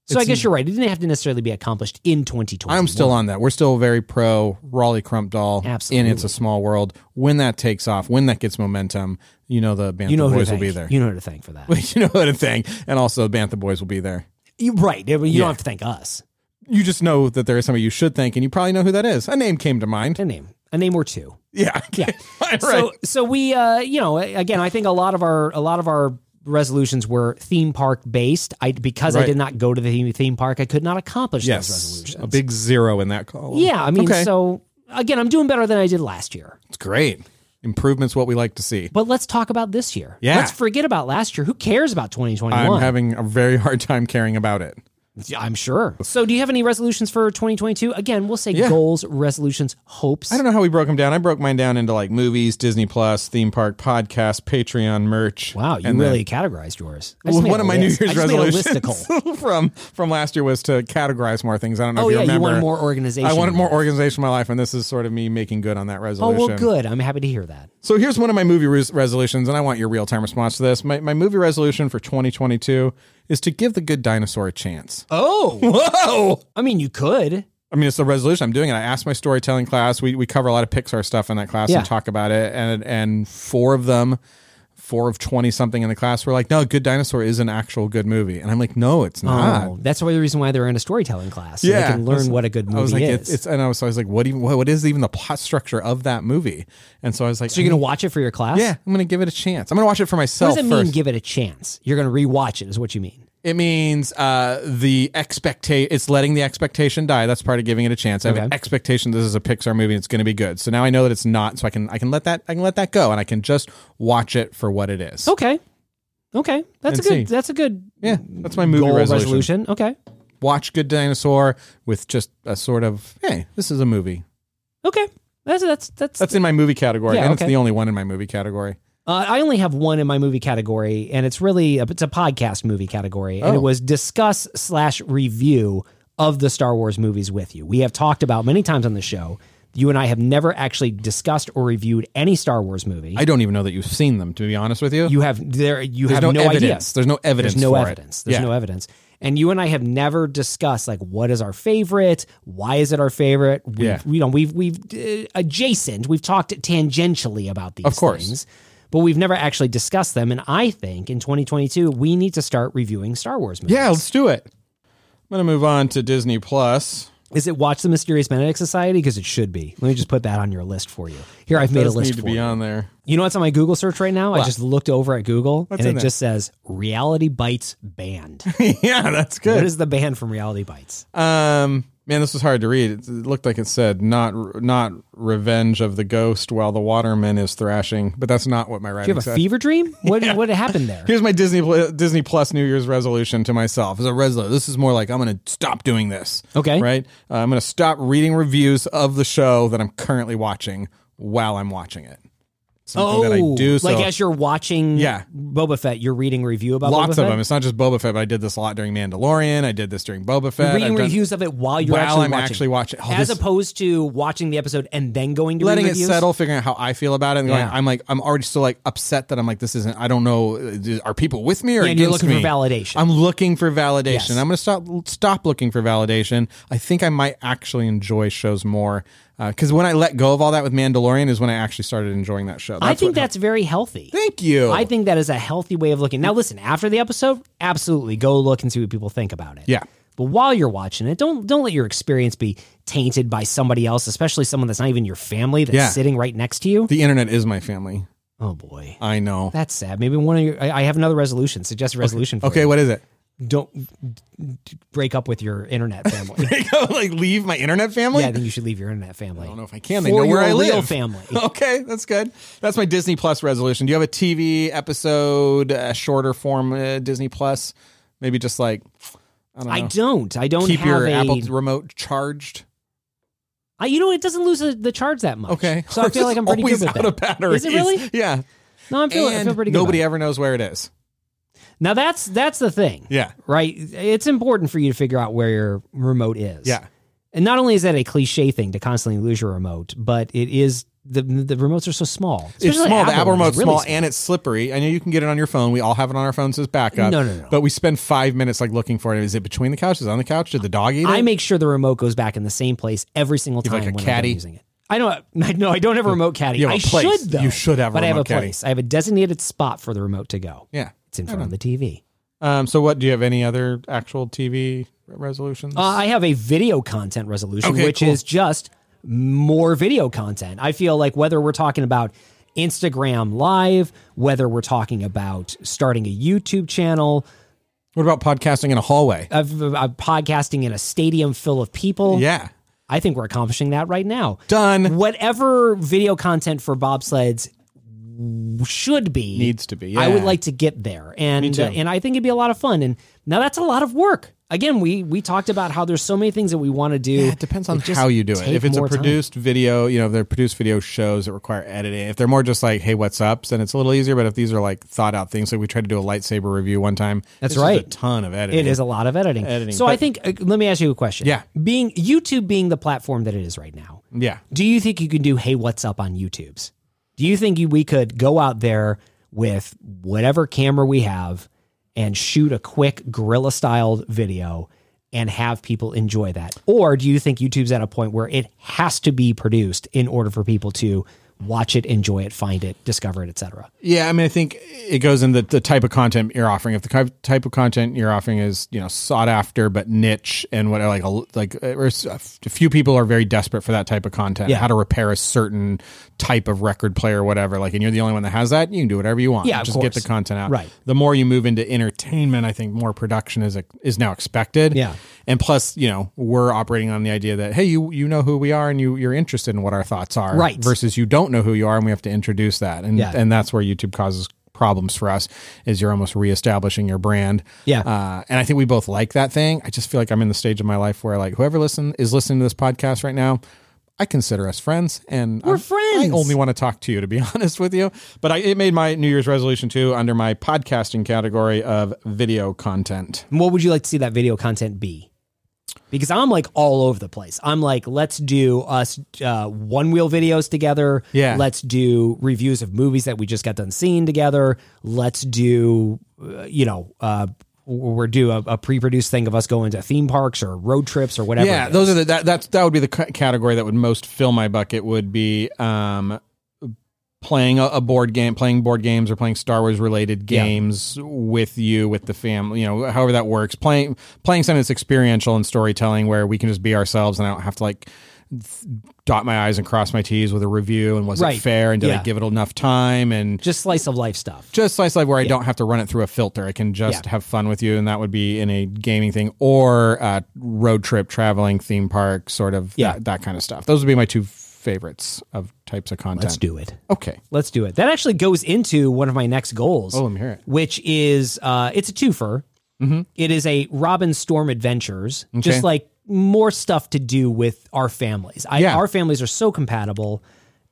[SPEAKER 2] So I
[SPEAKER 1] It's-
[SPEAKER 2] guess you're right. It didn't have to necessarily be accomplished in 2020.
[SPEAKER 1] I'm still on that. We're still very pro Raleigh Crump doll.
[SPEAKER 2] Absolutely.
[SPEAKER 1] And it's a small world. When that takes off, when that gets momentum, you know the Bantha
[SPEAKER 2] You know who to
[SPEAKER 1] Boys will
[SPEAKER 2] thank.
[SPEAKER 1] be there.
[SPEAKER 2] You know who to thank for that.
[SPEAKER 1] you know what a thing. And also the Bantha Boys will be there.
[SPEAKER 2] You- right. You don't
[SPEAKER 1] Yeah.
[SPEAKER 2] have to thank us.
[SPEAKER 1] You just know that there is somebody you should thank, and you probably know who that is. A name came to mind.
[SPEAKER 2] A name. A name or two.
[SPEAKER 1] Yeah.
[SPEAKER 2] Yeah.
[SPEAKER 1] right.
[SPEAKER 2] So so we uh you know again I think a lot of our a lot of our resolutions were theme park based. I because I
[SPEAKER 1] Right.
[SPEAKER 2] did not go to the theme, theme park I could not accomplish those
[SPEAKER 1] yes.
[SPEAKER 2] resolutions.
[SPEAKER 1] A big zero in that column.
[SPEAKER 2] yeah, I mean
[SPEAKER 1] Okay.
[SPEAKER 2] so again I'm doing better than I did last year.
[SPEAKER 1] It's great. Improvement's what we like to see.
[SPEAKER 2] But let's talk about this year.
[SPEAKER 1] Yeah.
[SPEAKER 2] Let's forget about last year. Who cares about 2021?
[SPEAKER 1] I'm having a very hard time caring about it.
[SPEAKER 2] Yeah, I'm sure. So, do you have any resolutions for 2022? Again, we'll say
[SPEAKER 1] Yeah.
[SPEAKER 2] goals, resolutions, hopes.
[SPEAKER 1] I don't know how we broke them down. I broke mine down into like movies, Disney Plus, theme park, podcast, Patreon, merch.
[SPEAKER 2] Wow, you
[SPEAKER 1] and then-
[SPEAKER 2] really categorized yours. I just
[SPEAKER 1] Well,
[SPEAKER 2] made
[SPEAKER 1] one
[SPEAKER 2] a
[SPEAKER 1] of my New
[SPEAKER 2] list.
[SPEAKER 1] Year's
[SPEAKER 2] I just made a
[SPEAKER 1] resolutions
[SPEAKER 2] listicle.
[SPEAKER 1] from from last year was to categorize more things. I don't know
[SPEAKER 2] Oh,
[SPEAKER 1] if you
[SPEAKER 2] yeah, you
[SPEAKER 1] remember.
[SPEAKER 2] wanted more organization
[SPEAKER 1] I wanted
[SPEAKER 2] in
[SPEAKER 1] more
[SPEAKER 2] your life.
[SPEAKER 1] organization in my life, and this is sort of me making good on that
[SPEAKER 2] Oh
[SPEAKER 1] resolution.
[SPEAKER 2] well, good. I'm happy to hear that.
[SPEAKER 1] So here's one of my movie res- resolutions, and I want your real time response to this. My, my movie resolution for 2022 is to give the good dinosaur a chance.
[SPEAKER 2] Oh,
[SPEAKER 1] Whoa!
[SPEAKER 2] I mean, you could.
[SPEAKER 1] I mean, it's a resolution I'm doing it. I asked my storytelling class. We, we cover a lot of Pixar stuff in that class
[SPEAKER 2] Yeah.
[SPEAKER 1] and talk about it. And and four of them, four of twenty something in the class were like, "No, Good Dinosaur is an actual good movie." And I'm like, "No, it's not."
[SPEAKER 2] Oh, that's why the reason why they're in a storytelling class. So they can learn
[SPEAKER 1] I was-
[SPEAKER 2] what a good movie
[SPEAKER 1] I was like,
[SPEAKER 2] is.
[SPEAKER 1] It's, it's, and I was, so I was like, what even, what, what is even the plot structure of that movie? And so I was like,
[SPEAKER 2] so you're gonna watch it for your class?
[SPEAKER 1] yeah, I'm gonna give it a chance. I'm gonna watch it for
[SPEAKER 2] What
[SPEAKER 1] myself
[SPEAKER 2] does it mean?
[SPEAKER 1] first.
[SPEAKER 2] Give it a chance. You're gonna rewatch it. Is what you mean?
[SPEAKER 1] It means uh, the expectation. It's letting the expectation die. That's part of giving it a chance. I have an
[SPEAKER 2] Okay.
[SPEAKER 1] expectation this is a Pixar movie. and It's going to be good. So now I know that it's not. So I can I can let that I can let that go, and I can just watch it for what it is.
[SPEAKER 2] Okay. Okay. That's
[SPEAKER 1] And
[SPEAKER 2] a good
[SPEAKER 1] see.
[SPEAKER 2] that's a good
[SPEAKER 1] Yeah, that's my movie
[SPEAKER 2] goal
[SPEAKER 1] resolution.
[SPEAKER 2] resolution. Okay.
[SPEAKER 1] Watch Good Dinosaur with just a sort of hey, this is a movie.
[SPEAKER 2] Okay. That's that's that's,
[SPEAKER 1] That's in my movie category,
[SPEAKER 2] Yeah,
[SPEAKER 1] and it's
[SPEAKER 2] okay.
[SPEAKER 1] the only one in my movie category.
[SPEAKER 2] Uh, I only have one in my movie category, and it's really a, it's a podcast movie category, and
[SPEAKER 1] Oh.
[SPEAKER 2] it was discuss slash review of the Star Wars movies with you. We have talked about many times on the show. You and I have never actually discussed or reviewed any Star Wars movie.
[SPEAKER 1] I don't even know that you've seen them. To be honest with you,
[SPEAKER 2] you have there you
[SPEAKER 1] there's
[SPEAKER 2] have
[SPEAKER 1] no,
[SPEAKER 2] no, idea.
[SPEAKER 1] evidence. There's no evidence.
[SPEAKER 2] There's no
[SPEAKER 1] for it.
[SPEAKER 2] evidence. There's
[SPEAKER 1] Yeah.
[SPEAKER 2] no evidence. And you and I have never discussed like what is our favorite, why is it our favorite? We've,
[SPEAKER 1] Yeah.
[SPEAKER 2] You know, we've we've uh, adjacent. We've talked tangentially about these
[SPEAKER 1] Of course.
[SPEAKER 2] things, but we've never actually discussed them. And I think in 2022 we need to start reviewing Star Wars movies.
[SPEAKER 1] Yeah, let's do it. I'm gonna move on to Disney Plus.
[SPEAKER 2] Is it Watch the Mysterious Benedict Society? Because it should be. Let me just put that on your list for you. Here, I've made a
[SPEAKER 1] Does
[SPEAKER 2] list
[SPEAKER 1] need to
[SPEAKER 2] for
[SPEAKER 1] be
[SPEAKER 2] you.
[SPEAKER 1] on there.
[SPEAKER 2] You know what's on my Google search right now? I just looked over at Google and
[SPEAKER 1] in
[SPEAKER 2] it
[SPEAKER 1] there?
[SPEAKER 2] just says Reality Bites banned.
[SPEAKER 1] yeah, that's
[SPEAKER 2] what
[SPEAKER 1] good.
[SPEAKER 2] is the ban from Reality Bites?
[SPEAKER 1] um, man, this was hard to read. It, it looked like it said not not revenge of the ghost while the waterman is thrashing, but that's not what my
[SPEAKER 2] Do
[SPEAKER 1] writing
[SPEAKER 2] you have a
[SPEAKER 1] said.
[SPEAKER 2] fever dream? What what happened there?
[SPEAKER 1] Here's my Disney Pl- Disney Plus New Year's resolution to myself as a resolution. This is more like I'm going to stop doing this.
[SPEAKER 2] Okay.
[SPEAKER 1] right? Uh, I'm going to stop reading reviews of the show that I'm currently watching while I'm watching it. Something that I do. So
[SPEAKER 2] Oh, like as you're watching
[SPEAKER 1] Yeah.
[SPEAKER 2] Boba Fett, you're reading review about Boba
[SPEAKER 1] lots of
[SPEAKER 2] Fett?
[SPEAKER 1] them. It's not just Boba Fett. But I did this a lot during Mandalorian. I did this during Boba Fett.
[SPEAKER 2] You're reading
[SPEAKER 1] I've done-
[SPEAKER 2] reviews of it while you're
[SPEAKER 1] While
[SPEAKER 2] actually
[SPEAKER 1] I'm
[SPEAKER 2] watching.
[SPEAKER 1] actually watching. Oh,
[SPEAKER 2] as
[SPEAKER 1] this-
[SPEAKER 2] opposed to watching the episode and then going to
[SPEAKER 1] letting
[SPEAKER 2] read
[SPEAKER 1] it
[SPEAKER 2] reviews?
[SPEAKER 1] settle, figuring out how I feel about it, and going,
[SPEAKER 2] Yeah.
[SPEAKER 1] I'm like, I'm already still like upset that I'm like, this isn't. I don't know. uh, Are people with me or
[SPEAKER 2] Yeah, and you're
[SPEAKER 1] against
[SPEAKER 2] looking for
[SPEAKER 1] me?
[SPEAKER 2] validation.
[SPEAKER 1] I'm looking for validation.
[SPEAKER 2] Yes.
[SPEAKER 1] I'm going to stop stop looking for validation. I think I might actually enjoy shows more because when I let go of all that with Mandalorian is when I actually started enjoying that show.
[SPEAKER 2] I think
[SPEAKER 1] what
[SPEAKER 2] that's very healthy.
[SPEAKER 1] helped. Thank you.
[SPEAKER 2] I think that is a healthy way of looking. Now, listen, after the episode, absolutely go look and see what people think about it.
[SPEAKER 1] Yeah.
[SPEAKER 2] But while you're watching it, don't don't let your experience be tainted by somebody else, especially someone that's not even your family that's
[SPEAKER 1] Yeah.
[SPEAKER 2] sitting right next to you.
[SPEAKER 1] the internet is my family.
[SPEAKER 2] oh boy,
[SPEAKER 1] I know.
[SPEAKER 2] that's sad. Maybe one of your. I, I have another resolution. Suggest a resolution. for
[SPEAKER 1] Okay,
[SPEAKER 2] you.
[SPEAKER 1] what is it?
[SPEAKER 2] don't d- break up with your internet family.
[SPEAKER 1] like leave my internet family?
[SPEAKER 2] yeah, I think you should leave your internet family. I
[SPEAKER 1] don't know if I can. They
[SPEAKER 2] For
[SPEAKER 1] know where
[SPEAKER 2] your
[SPEAKER 1] I live.
[SPEAKER 2] real family.
[SPEAKER 1] Okay, that's good. That's my Disney Plus resolution. Do you have a TV episode, a shorter form uh, Disney Plus? Maybe just like
[SPEAKER 2] I don't. I don't
[SPEAKER 1] keep
[SPEAKER 2] have
[SPEAKER 1] your
[SPEAKER 2] a-
[SPEAKER 1] Apple remote charged.
[SPEAKER 2] I, you know, it doesn't lose the, the charge that much.
[SPEAKER 1] Okay,
[SPEAKER 2] so I feel like I'm pretty good
[SPEAKER 1] always
[SPEAKER 2] with
[SPEAKER 1] out
[SPEAKER 2] that.
[SPEAKER 1] of batteries.
[SPEAKER 2] Is it really?
[SPEAKER 1] Yeah,
[SPEAKER 2] No, I'm feeling. I
[SPEAKER 1] and
[SPEAKER 2] feel pretty good. about
[SPEAKER 1] nobody
[SPEAKER 2] it.
[SPEAKER 1] ever knows where it is.
[SPEAKER 2] Now that's that's the thing.
[SPEAKER 1] Yeah,
[SPEAKER 2] Right. It's important for you to figure out where your remote is.
[SPEAKER 1] yeah.
[SPEAKER 2] And not only is that a cliche thing to constantly lose your remote, but it is the the remotes are so small.
[SPEAKER 1] It's
[SPEAKER 2] Especially
[SPEAKER 1] small. the Apple
[SPEAKER 2] one
[SPEAKER 1] remote's
[SPEAKER 2] is really
[SPEAKER 1] small, and it's slippery. I know you can get it on your phone. We all have it on our phones as backup.
[SPEAKER 2] No, no, no.
[SPEAKER 1] But we spend five minutes like looking for it. Is it between the couches? On the couch? Did the dog eat it?
[SPEAKER 2] I make sure the remote goes back in the same place every single
[SPEAKER 1] You
[SPEAKER 2] time
[SPEAKER 1] have, like, a
[SPEAKER 2] when
[SPEAKER 1] caddy?
[SPEAKER 2] I'm done using it. I don't. I no, I don't have a remote caddy.
[SPEAKER 1] You have a
[SPEAKER 2] I
[SPEAKER 1] place.
[SPEAKER 2] should though.
[SPEAKER 1] You should have a
[SPEAKER 2] but I have a
[SPEAKER 1] remote caddy.
[SPEAKER 2] place. I have a designated spot for the remote to go.
[SPEAKER 1] yeah.
[SPEAKER 2] It's in front of the TV.
[SPEAKER 1] Um, so what do you have any other actual TV resolutions?
[SPEAKER 2] Uh, I have a video content resolution,
[SPEAKER 1] Okay,
[SPEAKER 2] which
[SPEAKER 1] cool.
[SPEAKER 2] is just more video content. I feel like whether we're talking about Instagram Live, whether we're talking about starting a YouTube channel,
[SPEAKER 1] what about podcasting in a hallway?
[SPEAKER 2] of, of- of podcasting in a stadium full of people.
[SPEAKER 1] yeah.
[SPEAKER 2] I think we're accomplishing that right now.
[SPEAKER 1] Done.
[SPEAKER 2] Whatever video content for bobsleds should be
[SPEAKER 1] Needs to be,
[SPEAKER 2] I would
[SPEAKER 1] yeah.
[SPEAKER 2] like to get there, and
[SPEAKER 1] too.
[SPEAKER 2] uh, and I think it'd be a lot of fun. And now that's a lot of work. Again, we we talked about how there's so many things that we want to do.
[SPEAKER 1] Yeah, it depends on
[SPEAKER 2] just
[SPEAKER 1] how you do it.
[SPEAKER 2] take
[SPEAKER 1] If it's a
[SPEAKER 2] more time.
[SPEAKER 1] produced video, you know, if they're produced video shows that require editing, if they're more just like, hey, what's up, then it's a little easier. But if these are like thought out things, like we tried to do a lightsaber review one time, it's
[SPEAKER 2] That's
[SPEAKER 1] just
[SPEAKER 2] right.
[SPEAKER 1] a ton of editing.
[SPEAKER 2] It is a lot of editing.
[SPEAKER 1] Editing,
[SPEAKER 2] so I
[SPEAKER 1] but-
[SPEAKER 2] think. Uh, let me ask you a question.
[SPEAKER 1] Yeah.
[SPEAKER 2] being YouTube being the platform that it is right now,
[SPEAKER 1] Yeah.
[SPEAKER 2] do you think you can do hey what's up on youtube's do you think you, we could go out there with whatever camera we have and shoot a quick guerrilla styled video and have people enjoy that or do you think youtube's at a point where it has to be produced in order for people to watch it, enjoy it, find it, discover it, etc.
[SPEAKER 1] Yeah, I mean, I think it goes in the, the type of content you're offering. If the ki- type of content you're offering is you know sought after but niche and what like a, like uh, there's a f- a few people are very desperate for that type of content,
[SPEAKER 2] Yeah.
[SPEAKER 1] how to repair a certain type of record player, or whatever. Like, and you're the only one that has that. You can do whatever you want.
[SPEAKER 2] Yeah, of
[SPEAKER 1] just get
[SPEAKER 2] course.
[SPEAKER 1] the content out.
[SPEAKER 2] Right.
[SPEAKER 1] The more you move into entertainment, I think more production is is now expected.
[SPEAKER 2] Yeah.
[SPEAKER 1] And plus, you know, we're operating on the idea that hey, you you know who we are and you you're interested in what our thoughts are,
[SPEAKER 2] Right.
[SPEAKER 1] Versus you don't know who you are, and we have to introduce that, and
[SPEAKER 2] Yeah.
[SPEAKER 1] and that's where YouTube causes problems for us is you're almost reestablishing your brand.
[SPEAKER 2] Yeah.
[SPEAKER 1] Uh, and I think we both like that thing. I just feel like I'm in the stage of my life where like whoever listen is listening to this podcast right now. I consider us friends, and
[SPEAKER 2] We're
[SPEAKER 1] I'm-
[SPEAKER 2] friends.
[SPEAKER 1] I only want to talk to you, to be honest with you. But I, it made my New Year's resolution too under my podcasting category of video content.
[SPEAKER 2] And what would you like to see that video content be? Because I'm like all over the place. I'm like, let's do us uh, one wheel videos together.
[SPEAKER 1] Yeah.
[SPEAKER 2] Let's do reviews of movies that we just got done seeing together. Let's do, uh, you know, uh, we're do a, a pre-produced thing of us going to theme parks or road trips or whatever.
[SPEAKER 1] Yeah,
[SPEAKER 2] it is.
[SPEAKER 1] those are the that that's, that would be the c- category that would most fill my bucket would be um playing a, a board game, playing board games or playing Star Wars related
[SPEAKER 2] Yeah.
[SPEAKER 1] games with you with the family, you know, however that works. Playing playing something that's experiential and storytelling where we can just be ourselves and I don't have to like th- dot my i's and cross my t's with a review and was
[SPEAKER 2] Right.
[SPEAKER 1] it fair and did
[SPEAKER 2] Yeah.
[SPEAKER 1] I give it enough time and
[SPEAKER 2] just slice of life stuff.
[SPEAKER 1] just slice life where I don't have to run it through a filter. I can just
[SPEAKER 2] Yeah.
[SPEAKER 1] have fun with you, and that would be in a gaming thing or uh, road trip, traveling, theme park, sort of
[SPEAKER 2] Yeah.
[SPEAKER 1] that, that kind of stuff. Those would be my two favorites of types of content.
[SPEAKER 2] Let's do it.
[SPEAKER 1] Okay.
[SPEAKER 2] Let's do it. That actually goes into one of my next goals.
[SPEAKER 1] Oh, let me hear it. Mm-hmm.
[SPEAKER 2] Which is uh, it's a twofer. It is a Robin Storm Adventures, just like more stuff to do with our families. I,
[SPEAKER 1] Yeah.
[SPEAKER 2] Our families are so compatible,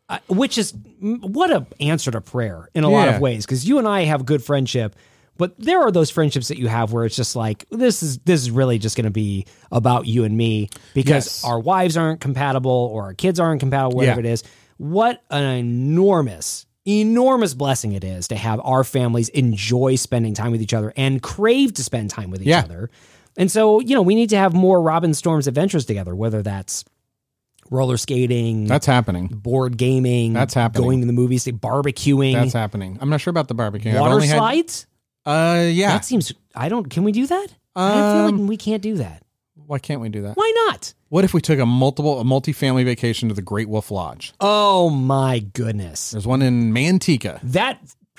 [SPEAKER 2] uh, which is m- what a answer to prayer in a lot of
[SPEAKER 1] Yeah.
[SPEAKER 2] ways. Because you and I have good friendship, but there are those friendships that you have where it's just like this is this is really just going to be about you and me because
[SPEAKER 1] Yes.
[SPEAKER 2] our wives aren't compatible or our kids aren't compatible, whatever
[SPEAKER 1] Yeah.
[SPEAKER 2] it is. What an enormous, enormous blessing it is to have our families enjoy spending time with each other and crave to spend time with each
[SPEAKER 1] Yeah.
[SPEAKER 2] other. And so, you know, we need to have more Robin Storm's adventures together, whether that's roller skating,
[SPEAKER 1] That's happening.
[SPEAKER 2] board gaming,
[SPEAKER 1] That's happening.
[SPEAKER 2] going to the movies, barbecuing,
[SPEAKER 1] That's happening. I'm not sure about the barbecue. I've
[SPEAKER 2] water
[SPEAKER 1] only had-
[SPEAKER 2] slides.
[SPEAKER 1] uh, yeah.
[SPEAKER 2] That seems, I don't, can we do that? I feel
[SPEAKER 1] Um,
[SPEAKER 2] like we can't do that.
[SPEAKER 1] Why can't we do that?
[SPEAKER 2] Why not?
[SPEAKER 1] What if we took a multiple, a multi-family vacation to the Great Wolf Lodge?
[SPEAKER 2] Oh my goodness.
[SPEAKER 1] There's one in Manteca.
[SPEAKER 2] that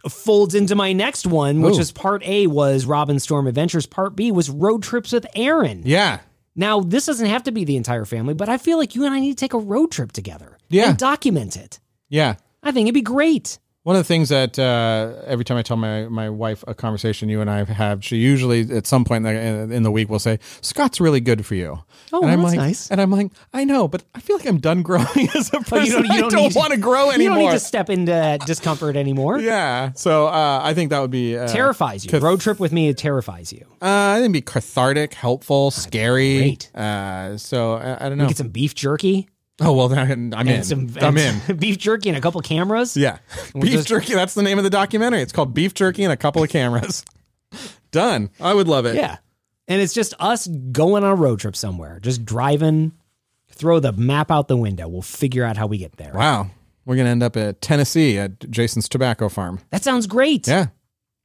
[SPEAKER 2] folds into my next one, which
[SPEAKER 1] Ooh.
[SPEAKER 2] is part A was Robin Storm Adventures. Part B was road trips with Aaron.
[SPEAKER 1] Yeah.
[SPEAKER 2] Now, this doesn't have to be the entire family, but I feel like you and I need to take a road trip together.
[SPEAKER 1] Yeah.
[SPEAKER 2] And document it.
[SPEAKER 1] Yeah.
[SPEAKER 2] I think it'd be great.
[SPEAKER 1] One of the things that uh, every time I tell my, my wife a conversation you and I have had, she usually at some point in the, in the week will say, "Scott's really good for you."
[SPEAKER 2] Oh,
[SPEAKER 1] and I'm
[SPEAKER 2] that's
[SPEAKER 1] like,
[SPEAKER 2] nice.
[SPEAKER 1] And I'm like, I know, but I feel like I'm done growing as a person.
[SPEAKER 2] But you don't, you
[SPEAKER 1] I
[SPEAKER 2] don't,
[SPEAKER 1] don't
[SPEAKER 2] need-
[SPEAKER 1] want to grow anymore.
[SPEAKER 2] You don't need to step into that discomfort anymore.
[SPEAKER 1] yeah, so uh, I think that would be uh,
[SPEAKER 2] Terrifies you.
[SPEAKER 1] cath-
[SPEAKER 2] Road trip with me, it terrifies you.
[SPEAKER 1] Uh, I think it'd be cathartic, helpful, scary.
[SPEAKER 2] Ah, great.
[SPEAKER 1] Uh, so I, I don't know.
[SPEAKER 2] Get some beef jerky
[SPEAKER 1] oh well, then I'm in.
[SPEAKER 2] and some
[SPEAKER 1] I'm in.
[SPEAKER 2] and beef jerky and a couple cameras.
[SPEAKER 1] Yeah.
[SPEAKER 2] We'll
[SPEAKER 1] beef
[SPEAKER 2] just-
[SPEAKER 1] jerky. That's the name of the documentary. It's called Beef Jerky and a couple of cameras. Done. I would love it.
[SPEAKER 2] Yeah. And it's just us going on a road trip somewhere, just driving, throw the map out the window. We'll figure out how we get there.
[SPEAKER 1] Wow. We're going to end up at Tennessee at Jason's tobacco farm.
[SPEAKER 2] That sounds great.
[SPEAKER 1] Yeah.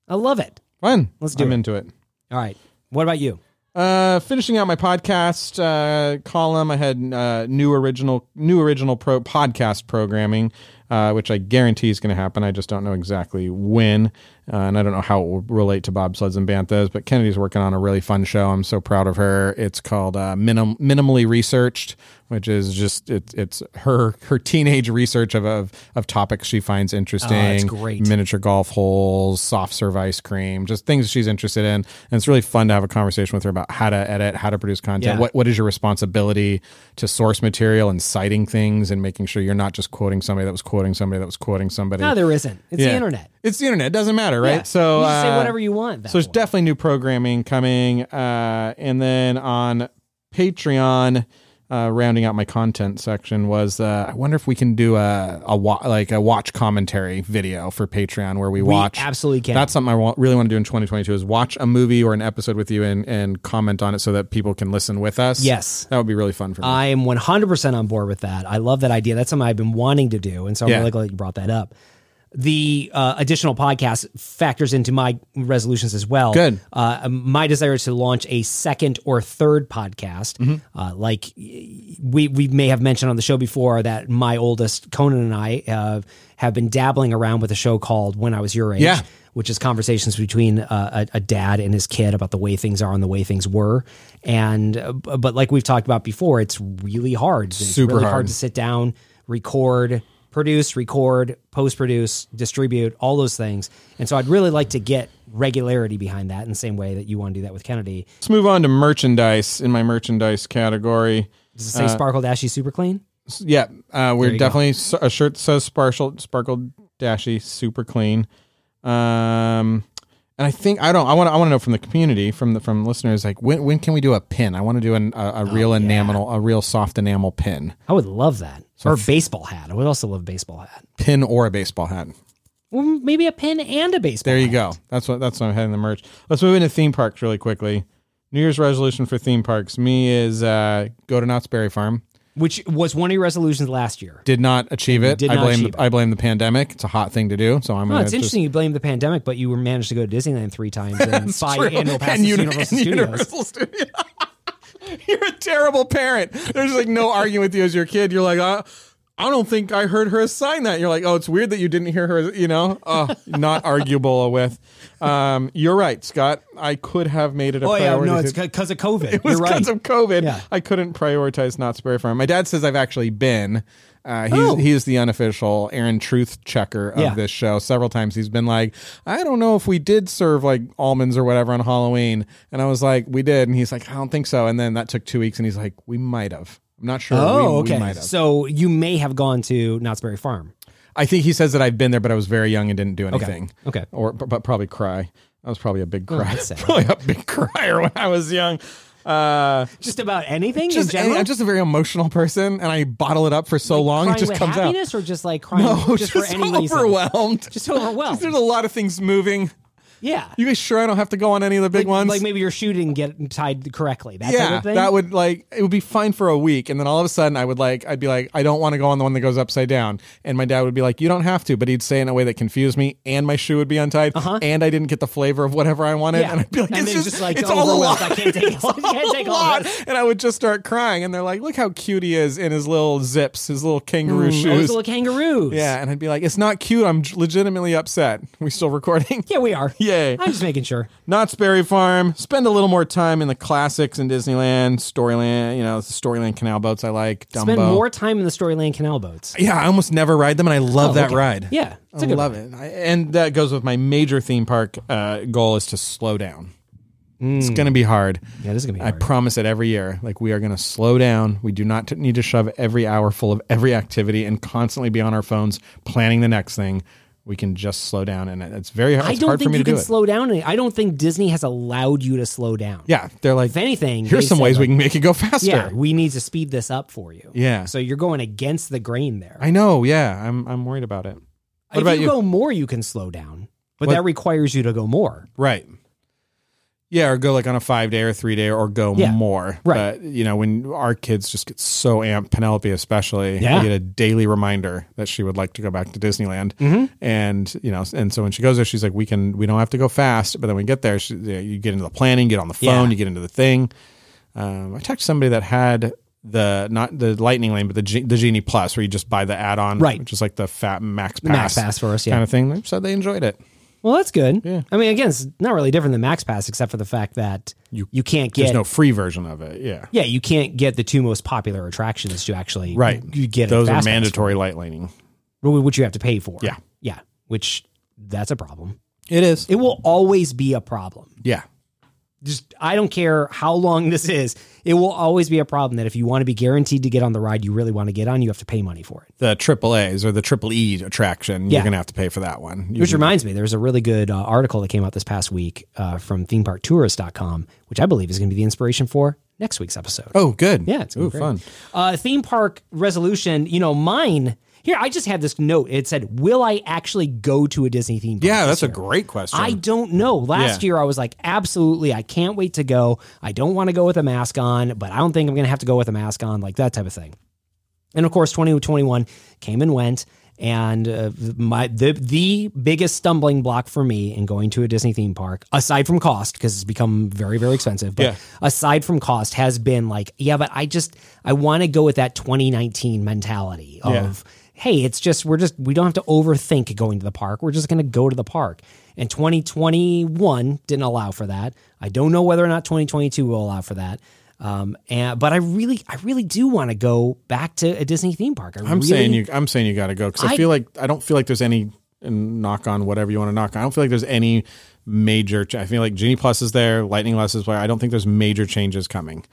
[SPEAKER 2] I love it.
[SPEAKER 1] Fun.
[SPEAKER 2] Let's do
[SPEAKER 1] I'm
[SPEAKER 2] it.
[SPEAKER 1] into it.
[SPEAKER 2] All right. What about you?
[SPEAKER 1] Uh, finishing out my podcast uh, column, I had uh, new original new original pro podcast programming, uh, which I guarantee is going to happen. I just don't know exactly when, uh, and I don't know how it will relate to bobsleds and banthas. But Kennedy's working on a really fun show. I'm so proud of her. It's called uh, Minim- minimally researched, which is just it, it's her her teenage research of of, of topics she finds interesting.
[SPEAKER 2] great.
[SPEAKER 1] miniature golf holes, soft serve ice cream, just things she's interested in. And it's really fun to have a conversation with her about how to edit, how to produce content.
[SPEAKER 2] Yeah.
[SPEAKER 1] What what is your responsibility to source material and citing things and making sure you're not just quoting somebody that was quoting somebody that was quoting somebody.
[SPEAKER 2] No, there isn't. It's
[SPEAKER 1] Yeah.
[SPEAKER 2] the internet.
[SPEAKER 1] It's the internet. It doesn't matter, right?
[SPEAKER 2] Yeah.
[SPEAKER 1] So
[SPEAKER 2] you just say
[SPEAKER 1] uh,
[SPEAKER 2] whatever you want. at that
[SPEAKER 1] so there's
[SPEAKER 2] point.
[SPEAKER 1] definitely new programming coming, uh, and then on Patreon, uh, rounding out my content section was uh, I wonder if we can do a, a wa- like a watch commentary video for Patreon where we, watch
[SPEAKER 2] absolutely can.
[SPEAKER 1] That's something I wa- really want to do in 2022 is watch a movie or an episode with you and and comment on it so that people can listen with us.
[SPEAKER 2] Yes. Uh,
[SPEAKER 1] that would be really fun for me.
[SPEAKER 2] I am 100% on board with that. I love that idea. That's something I've been wanting to do. And so I'm
[SPEAKER 1] Yeah.
[SPEAKER 2] really glad you brought that up. The uh, additional podcast factors into my resolutions as well.
[SPEAKER 1] Good.
[SPEAKER 2] Uh, my desire is to launch a second or third podcast.
[SPEAKER 1] Mm-hmm.
[SPEAKER 2] Uh, like we, we may have mentioned on the show before that my oldest, Conan, and I uh, have been dabbling around with a show called When I Was Your Age,
[SPEAKER 1] Yeah.
[SPEAKER 2] which is conversations between uh, a, a dad and his kid about the way things are and the way things were. And uh, b- but like we've talked about before, it's really hard. It's
[SPEAKER 1] Super
[SPEAKER 2] really
[SPEAKER 1] hard.
[SPEAKER 2] to sit down, record, produce, record, post produce, distribute, all those things. And so I'd really like to get regularity behind that in the same way that you want to do that with Kennedy.
[SPEAKER 1] Let's move on to merchandise in my merchandise category.
[SPEAKER 2] Does it
[SPEAKER 1] Uh,
[SPEAKER 2] say Sparkle Dashy Super Clean?
[SPEAKER 1] Yeah, uh, we're
[SPEAKER 2] you
[SPEAKER 1] definitely s- a shirt that says sparkle sparkle dashy super clean. Um, and I think I don't. I want. I want to know from the community, from the from listeners, like when when can we do a pin? I want to do an, a,
[SPEAKER 2] Oh,
[SPEAKER 1] a real enamel, a real soft enamel pin,
[SPEAKER 2] I would love that. or a baseball hat. I would also love a baseball hat.
[SPEAKER 1] pin or a baseball hat.
[SPEAKER 2] Well, maybe a pin and a baseball.
[SPEAKER 1] There you
[SPEAKER 2] hat.
[SPEAKER 1] go. That's what that's what I'm heading the merch. Let's move into theme parks really quickly. New Year's resolution for theme parks. Me is uh, go to Knott's Berry Farm.
[SPEAKER 2] Which was one of your resolutions last year.
[SPEAKER 1] Did not achieve it.
[SPEAKER 2] Did
[SPEAKER 1] I
[SPEAKER 2] not
[SPEAKER 1] blame
[SPEAKER 2] achieve
[SPEAKER 1] the, I blame the pandemic. It's a hot thing to do, so I'm. gonna
[SPEAKER 2] No, Oh, it's
[SPEAKER 1] just-
[SPEAKER 2] interesting you blame the pandemic, but you were managed to go to Disneyland three times and buy
[SPEAKER 1] True.
[SPEAKER 2] annual passes to
[SPEAKER 1] uni-
[SPEAKER 2] Universal
[SPEAKER 1] and
[SPEAKER 2] Studios.
[SPEAKER 1] Universal Studios. You're a terrible parent. There's like no arguing with you as your kid. You're like, uh, I don't think I heard her assign that. You're like, oh, it's weird that you didn't hear her. You know, uh, not arguable with. Um, you're right, Scott. I could have made it a
[SPEAKER 2] Oh yeah,
[SPEAKER 1] priority.
[SPEAKER 2] no,
[SPEAKER 1] to-
[SPEAKER 2] it's because of COVID.
[SPEAKER 1] it was
[SPEAKER 2] You're right.
[SPEAKER 1] because of COVID.
[SPEAKER 2] Yeah.
[SPEAKER 1] I couldn't prioritize Knott's Berry Farm. My dad says I've actually been. Uh, he's
[SPEAKER 2] Oh.
[SPEAKER 1] he's the unofficial Aaron Truth checker of
[SPEAKER 2] Yeah.
[SPEAKER 1] this show. Several times he's been like, I don't know if we did serve like almonds or whatever on Halloween, and I was like, we did, and he's like, I don't think so. And then that took two weeks, and he's like, we might have. I'm not sure.
[SPEAKER 2] oh,
[SPEAKER 1] we, We
[SPEAKER 2] okay.
[SPEAKER 1] might have.
[SPEAKER 2] So you may have gone to Knott's Berry Farm.
[SPEAKER 1] I think he says that I've been there, but I was very young and didn't do anything.
[SPEAKER 2] Okay.
[SPEAKER 1] Or but, but probably cry. I was probably a big cry.
[SPEAKER 2] that's sad.
[SPEAKER 1] probably a big crier when I was young. Uh,
[SPEAKER 2] Just about anything
[SPEAKER 1] just
[SPEAKER 2] in general.
[SPEAKER 1] I'm just a very emotional person, and I bottle it up for so long,
[SPEAKER 2] crying
[SPEAKER 1] it just
[SPEAKER 2] with
[SPEAKER 1] comes out.
[SPEAKER 2] happiness or just like crying
[SPEAKER 1] No, just,
[SPEAKER 2] just, for any reason.
[SPEAKER 1] overwhelmed.
[SPEAKER 2] Just overwhelmed.
[SPEAKER 1] There's a lot of things moving.
[SPEAKER 2] Yeah.
[SPEAKER 1] You guys sure I don't have to go on any of the big
[SPEAKER 2] like,
[SPEAKER 1] ones?
[SPEAKER 2] like maybe your shoe didn't get tied correctly. That
[SPEAKER 1] yeah,
[SPEAKER 2] type of thing.
[SPEAKER 1] that would like it would be fine for a week, and then all of a sudden I would like I'd be like I don't want to go on the one that goes upside down, and my dad would be like you don't have to, but he'd say it in a way that confused me, and my shoe would be untied, and I didn't get the flavor of whatever I wanted,
[SPEAKER 2] Uh-huh. Yeah.
[SPEAKER 1] and I'd be like
[SPEAKER 2] And
[SPEAKER 1] it's
[SPEAKER 2] then
[SPEAKER 1] just,
[SPEAKER 2] just, like,
[SPEAKER 1] it's all a
[SPEAKER 2] overwhelmed.
[SPEAKER 1] lot,
[SPEAKER 2] I can't take it.
[SPEAKER 1] It's all
[SPEAKER 2] I can't
[SPEAKER 1] a
[SPEAKER 2] take all
[SPEAKER 1] lot,
[SPEAKER 2] of it.
[SPEAKER 1] Oh, and I would just start crying, and they're like look how cute he is in his little zips, his little kangaroo
[SPEAKER 2] Mm, those
[SPEAKER 1] shoes,
[SPEAKER 2] little kangaroos.
[SPEAKER 1] yeah, and I'd be like it's not cute, I'm legitimately upset. We still recording?
[SPEAKER 2] Yeah, we are.
[SPEAKER 1] Yay.
[SPEAKER 2] I'm just making sure.
[SPEAKER 1] Knott's Berry Farm. Spend a little more time in the classics in Disneyland, Storyland. You know, Storyland canal boats. I like Dumbo.
[SPEAKER 2] Spend more time in the Storyland Canal boats.
[SPEAKER 1] yeah, I almost never ride them, and I love
[SPEAKER 2] Oh,
[SPEAKER 1] that
[SPEAKER 2] okay.
[SPEAKER 1] ride.
[SPEAKER 2] Yeah, it's
[SPEAKER 1] I
[SPEAKER 2] a good
[SPEAKER 1] love it. I, and that goes with my major theme park uh, goal is to slow down.
[SPEAKER 2] Mm.
[SPEAKER 1] It's gonna be hard.
[SPEAKER 2] Yeah, this is gonna be
[SPEAKER 1] I
[SPEAKER 2] hard.
[SPEAKER 1] promise it every year. Like we are gonna slow down. We do not t- need to shove every hour full of every activity and constantly be on our phones planning the next thing. We can just slow down, and it- it's very hard.
[SPEAKER 2] I
[SPEAKER 1] it's
[SPEAKER 2] don't
[SPEAKER 1] hard
[SPEAKER 2] think
[SPEAKER 1] for me
[SPEAKER 2] you
[SPEAKER 1] to
[SPEAKER 2] can
[SPEAKER 1] do it.
[SPEAKER 2] slow down. I don't think Disney has allowed you to slow down.
[SPEAKER 1] Yeah, they're like
[SPEAKER 2] If anything,
[SPEAKER 1] Here's
[SPEAKER 2] they
[SPEAKER 1] some
[SPEAKER 2] said,
[SPEAKER 1] ways we
[SPEAKER 2] like,
[SPEAKER 1] can make it go faster.
[SPEAKER 2] Yeah, we need to speed this up for you.
[SPEAKER 1] Yeah.
[SPEAKER 2] So you're going against the grain there.
[SPEAKER 1] I know. Yeah, I'm I'm worried about it.
[SPEAKER 2] if
[SPEAKER 1] about you?
[SPEAKER 2] go more, you can slow down, but
[SPEAKER 1] What-
[SPEAKER 2] that requires you to go more.
[SPEAKER 1] Right. Yeah, or go like on a five day or three day or go
[SPEAKER 2] Yeah,
[SPEAKER 1] more.
[SPEAKER 2] right.
[SPEAKER 1] But you know, when our kids just get so amped, Penelope especially,
[SPEAKER 2] Yeah.
[SPEAKER 1] I get a daily reminder that she would like to go back to Disneyland. Mm-hmm. And you know, and so when she goes there, she's like, We can we don't have to go fast, but then when we get there, she, you, know, you get into the planning, get on the phone,
[SPEAKER 2] Yeah.
[SPEAKER 1] you get into the thing. Um, I talked to somebody that had the not the lightning lane, but the Ge- the genie plus, where you just buy the add on,
[SPEAKER 2] Right.
[SPEAKER 1] Which is like the fat max pass,
[SPEAKER 2] Max Pass for us, yeah.
[SPEAKER 1] kind of thing. They said they enjoyed it.
[SPEAKER 2] Well, that's good. Yeah. I mean, again, it's not really different than Max Pass, except for the fact that you, you can't
[SPEAKER 1] There's
[SPEAKER 2] get
[SPEAKER 1] no free version of it. Yeah.
[SPEAKER 2] yeah, you can't get the two most popular attractions to actually
[SPEAKER 1] Right.
[SPEAKER 2] You get
[SPEAKER 1] those
[SPEAKER 2] at
[SPEAKER 1] are
[SPEAKER 2] Fast Pass,
[SPEAKER 1] mandatory light laning.
[SPEAKER 2] which you have to pay for.
[SPEAKER 1] Yeah.
[SPEAKER 2] yeah, which that's a problem.
[SPEAKER 1] It is.
[SPEAKER 2] It will always be a problem.
[SPEAKER 1] yeah.
[SPEAKER 2] just I don't care how long this is, it will always be a problem that if you want to be guaranteed to get on the ride you really want to get on, you have to pay money for it.
[SPEAKER 1] The triple A's or the triple E attraction,
[SPEAKER 2] Yeah.
[SPEAKER 1] you're gonna have to pay for that one. You
[SPEAKER 2] Which
[SPEAKER 1] can-
[SPEAKER 2] reminds me, there's a really good uh, article that came out this past week uh, from themeparktourist.com, which I believe is going to be the inspiration for next week's episode.
[SPEAKER 1] Oh, good.
[SPEAKER 2] Yeah, it's gonna
[SPEAKER 1] Ooh,
[SPEAKER 2] be
[SPEAKER 1] fun.
[SPEAKER 2] great. Uh, theme park resolution, you know, mine here. I just had this note. It said, "Will I actually go to a Disney theme park?"
[SPEAKER 1] Yeah,
[SPEAKER 2] this
[SPEAKER 1] that's a
[SPEAKER 2] year?"
[SPEAKER 1] great question.
[SPEAKER 2] I don't know. Last
[SPEAKER 1] Yeah.
[SPEAKER 2] year, I was like, absolutely, I can't wait to go. I don't want to go with a mask on, but I don't think I'm going to have to go with a mask on, like that type of thing. And of course, 2021 came and went. And uh, my the the biggest stumbling block for me in going to a Disney theme park, aside from cost, because it's become very very expensive. But
[SPEAKER 1] Yeah.
[SPEAKER 2] aside from cost, has been like, yeah, but I just I want to go with that 2019 mentality of
[SPEAKER 1] Yeah.
[SPEAKER 2] hey, it's just we're just we don't have to overthink going to the park. We're just going to go to the park. And 2021 didn't allow for that. I don't know whether or not 2022 will allow for that. Um, and but I really, I really do want to go back to a Disney theme park.
[SPEAKER 1] I'm
[SPEAKER 2] I really,
[SPEAKER 1] saying you. I'm saying you got to go because I,
[SPEAKER 2] I-
[SPEAKER 1] feel like I don't feel like there's any and knock on whatever you want to knock on. I don't feel like there's any major. Ch- I feel like Genie Plus is there, Lightning Plus is there. I don't think there's major changes coming.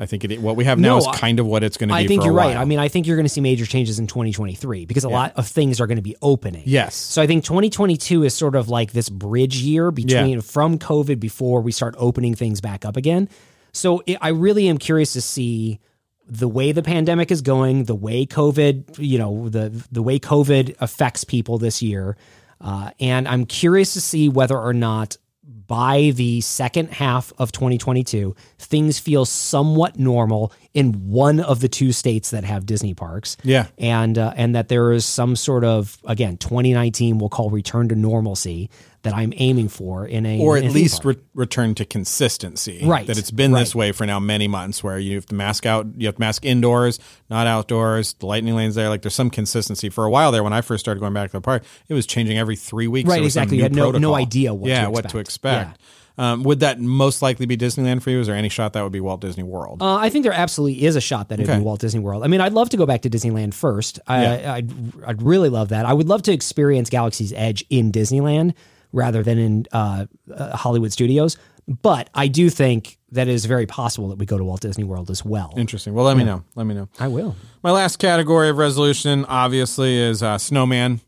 [SPEAKER 1] I think it, what we have now
[SPEAKER 2] No,
[SPEAKER 1] is
[SPEAKER 2] I-
[SPEAKER 1] kind of what it's going to be.
[SPEAKER 2] I think
[SPEAKER 1] for a
[SPEAKER 2] you're right.
[SPEAKER 1] while.
[SPEAKER 2] I mean, I think you're going to see major changes in 2023 because a lot of things are going to be opening.
[SPEAKER 1] Yes.
[SPEAKER 2] So I think 2022 is sort of like this bridge year between
[SPEAKER 1] Yeah.
[SPEAKER 2] from COVID before we start opening things back up again. So it, I really am curious to see the way the pandemic is going, the way COVID, you know, the the way COVID affects people this year, uh, and I'm curious to see whether or not by the second half of 2022 things feel somewhat normal in one of the two states that have Disney parks
[SPEAKER 1] yeah,
[SPEAKER 2] and uh, and that there is some sort of again 2019 we'll call return to normalcy that I'm aiming for in a
[SPEAKER 1] or
[SPEAKER 2] in
[SPEAKER 1] at
[SPEAKER 2] a theme
[SPEAKER 1] least
[SPEAKER 2] park.
[SPEAKER 1] re- return to consistency.
[SPEAKER 2] Right,
[SPEAKER 1] that it's been this
[SPEAKER 2] right.
[SPEAKER 1] way for now many months, where you have to mask out, you have to mask indoors, not outdoors. The lightning lanes there, like there's some consistency. For a while there, when I first started going back to the park, it was changing every three weeks.
[SPEAKER 2] Right,
[SPEAKER 1] There was some
[SPEAKER 2] exactly.
[SPEAKER 1] new
[SPEAKER 2] You had no- no
[SPEAKER 1] protocol.
[SPEAKER 2] idea what to
[SPEAKER 1] yeah, what to
[SPEAKER 2] expect.
[SPEAKER 1] expect. Um, would that most likely be Disneyland for you? Is there any shot that would be Walt Disney World?
[SPEAKER 2] Uh, I think there absolutely is a shot that it'd
[SPEAKER 1] Okay.
[SPEAKER 2] be Walt Disney World. I mean, I'd love to go back to Disneyland first. I,
[SPEAKER 1] Yeah.
[SPEAKER 2] I'd I'd really love that. I would love to experience Galaxy's Edge in Disneyland rather than in uh, uh, Hollywood Studios. But I do think that it is very possible that we go to Walt Disney World as well.
[SPEAKER 1] Interesting. Well, let me know. Let me know.
[SPEAKER 2] I will.
[SPEAKER 1] My last category of resolution, obviously, is uh, Snowman.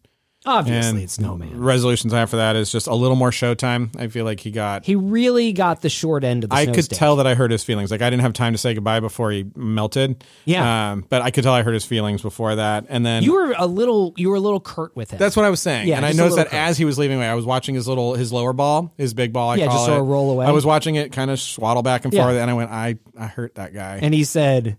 [SPEAKER 2] Obviously,
[SPEAKER 1] And
[SPEAKER 2] it's Snowman.
[SPEAKER 1] Resolutions I have for that is just a little more showtime. I feel like he got
[SPEAKER 2] He really got the short end of the
[SPEAKER 1] I
[SPEAKER 2] snow
[SPEAKER 1] could
[SPEAKER 2] stick.
[SPEAKER 1] tell that I hurt his feelings. Like I didn't have time to say goodbye before he melted.
[SPEAKER 2] Yeah.
[SPEAKER 1] Um, but I could tell I hurt his feelings before that. And then
[SPEAKER 2] You were a little, you were a little curt with him.
[SPEAKER 1] that's what I was saying.
[SPEAKER 2] Yeah,
[SPEAKER 1] and I
[SPEAKER 2] just a
[SPEAKER 1] noticed
[SPEAKER 2] little
[SPEAKER 1] that
[SPEAKER 2] curve.
[SPEAKER 1] as he was leaving away, I was watching his little his lower ball, his big ball. I
[SPEAKER 2] Yeah,
[SPEAKER 1] call
[SPEAKER 2] just sort
[SPEAKER 1] it.
[SPEAKER 2] of roll away.
[SPEAKER 1] I was watching it kind of swaddle back and
[SPEAKER 2] Yeah.
[SPEAKER 1] forth, and I went, I I hurt that guy.
[SPEAKER 2] and he said,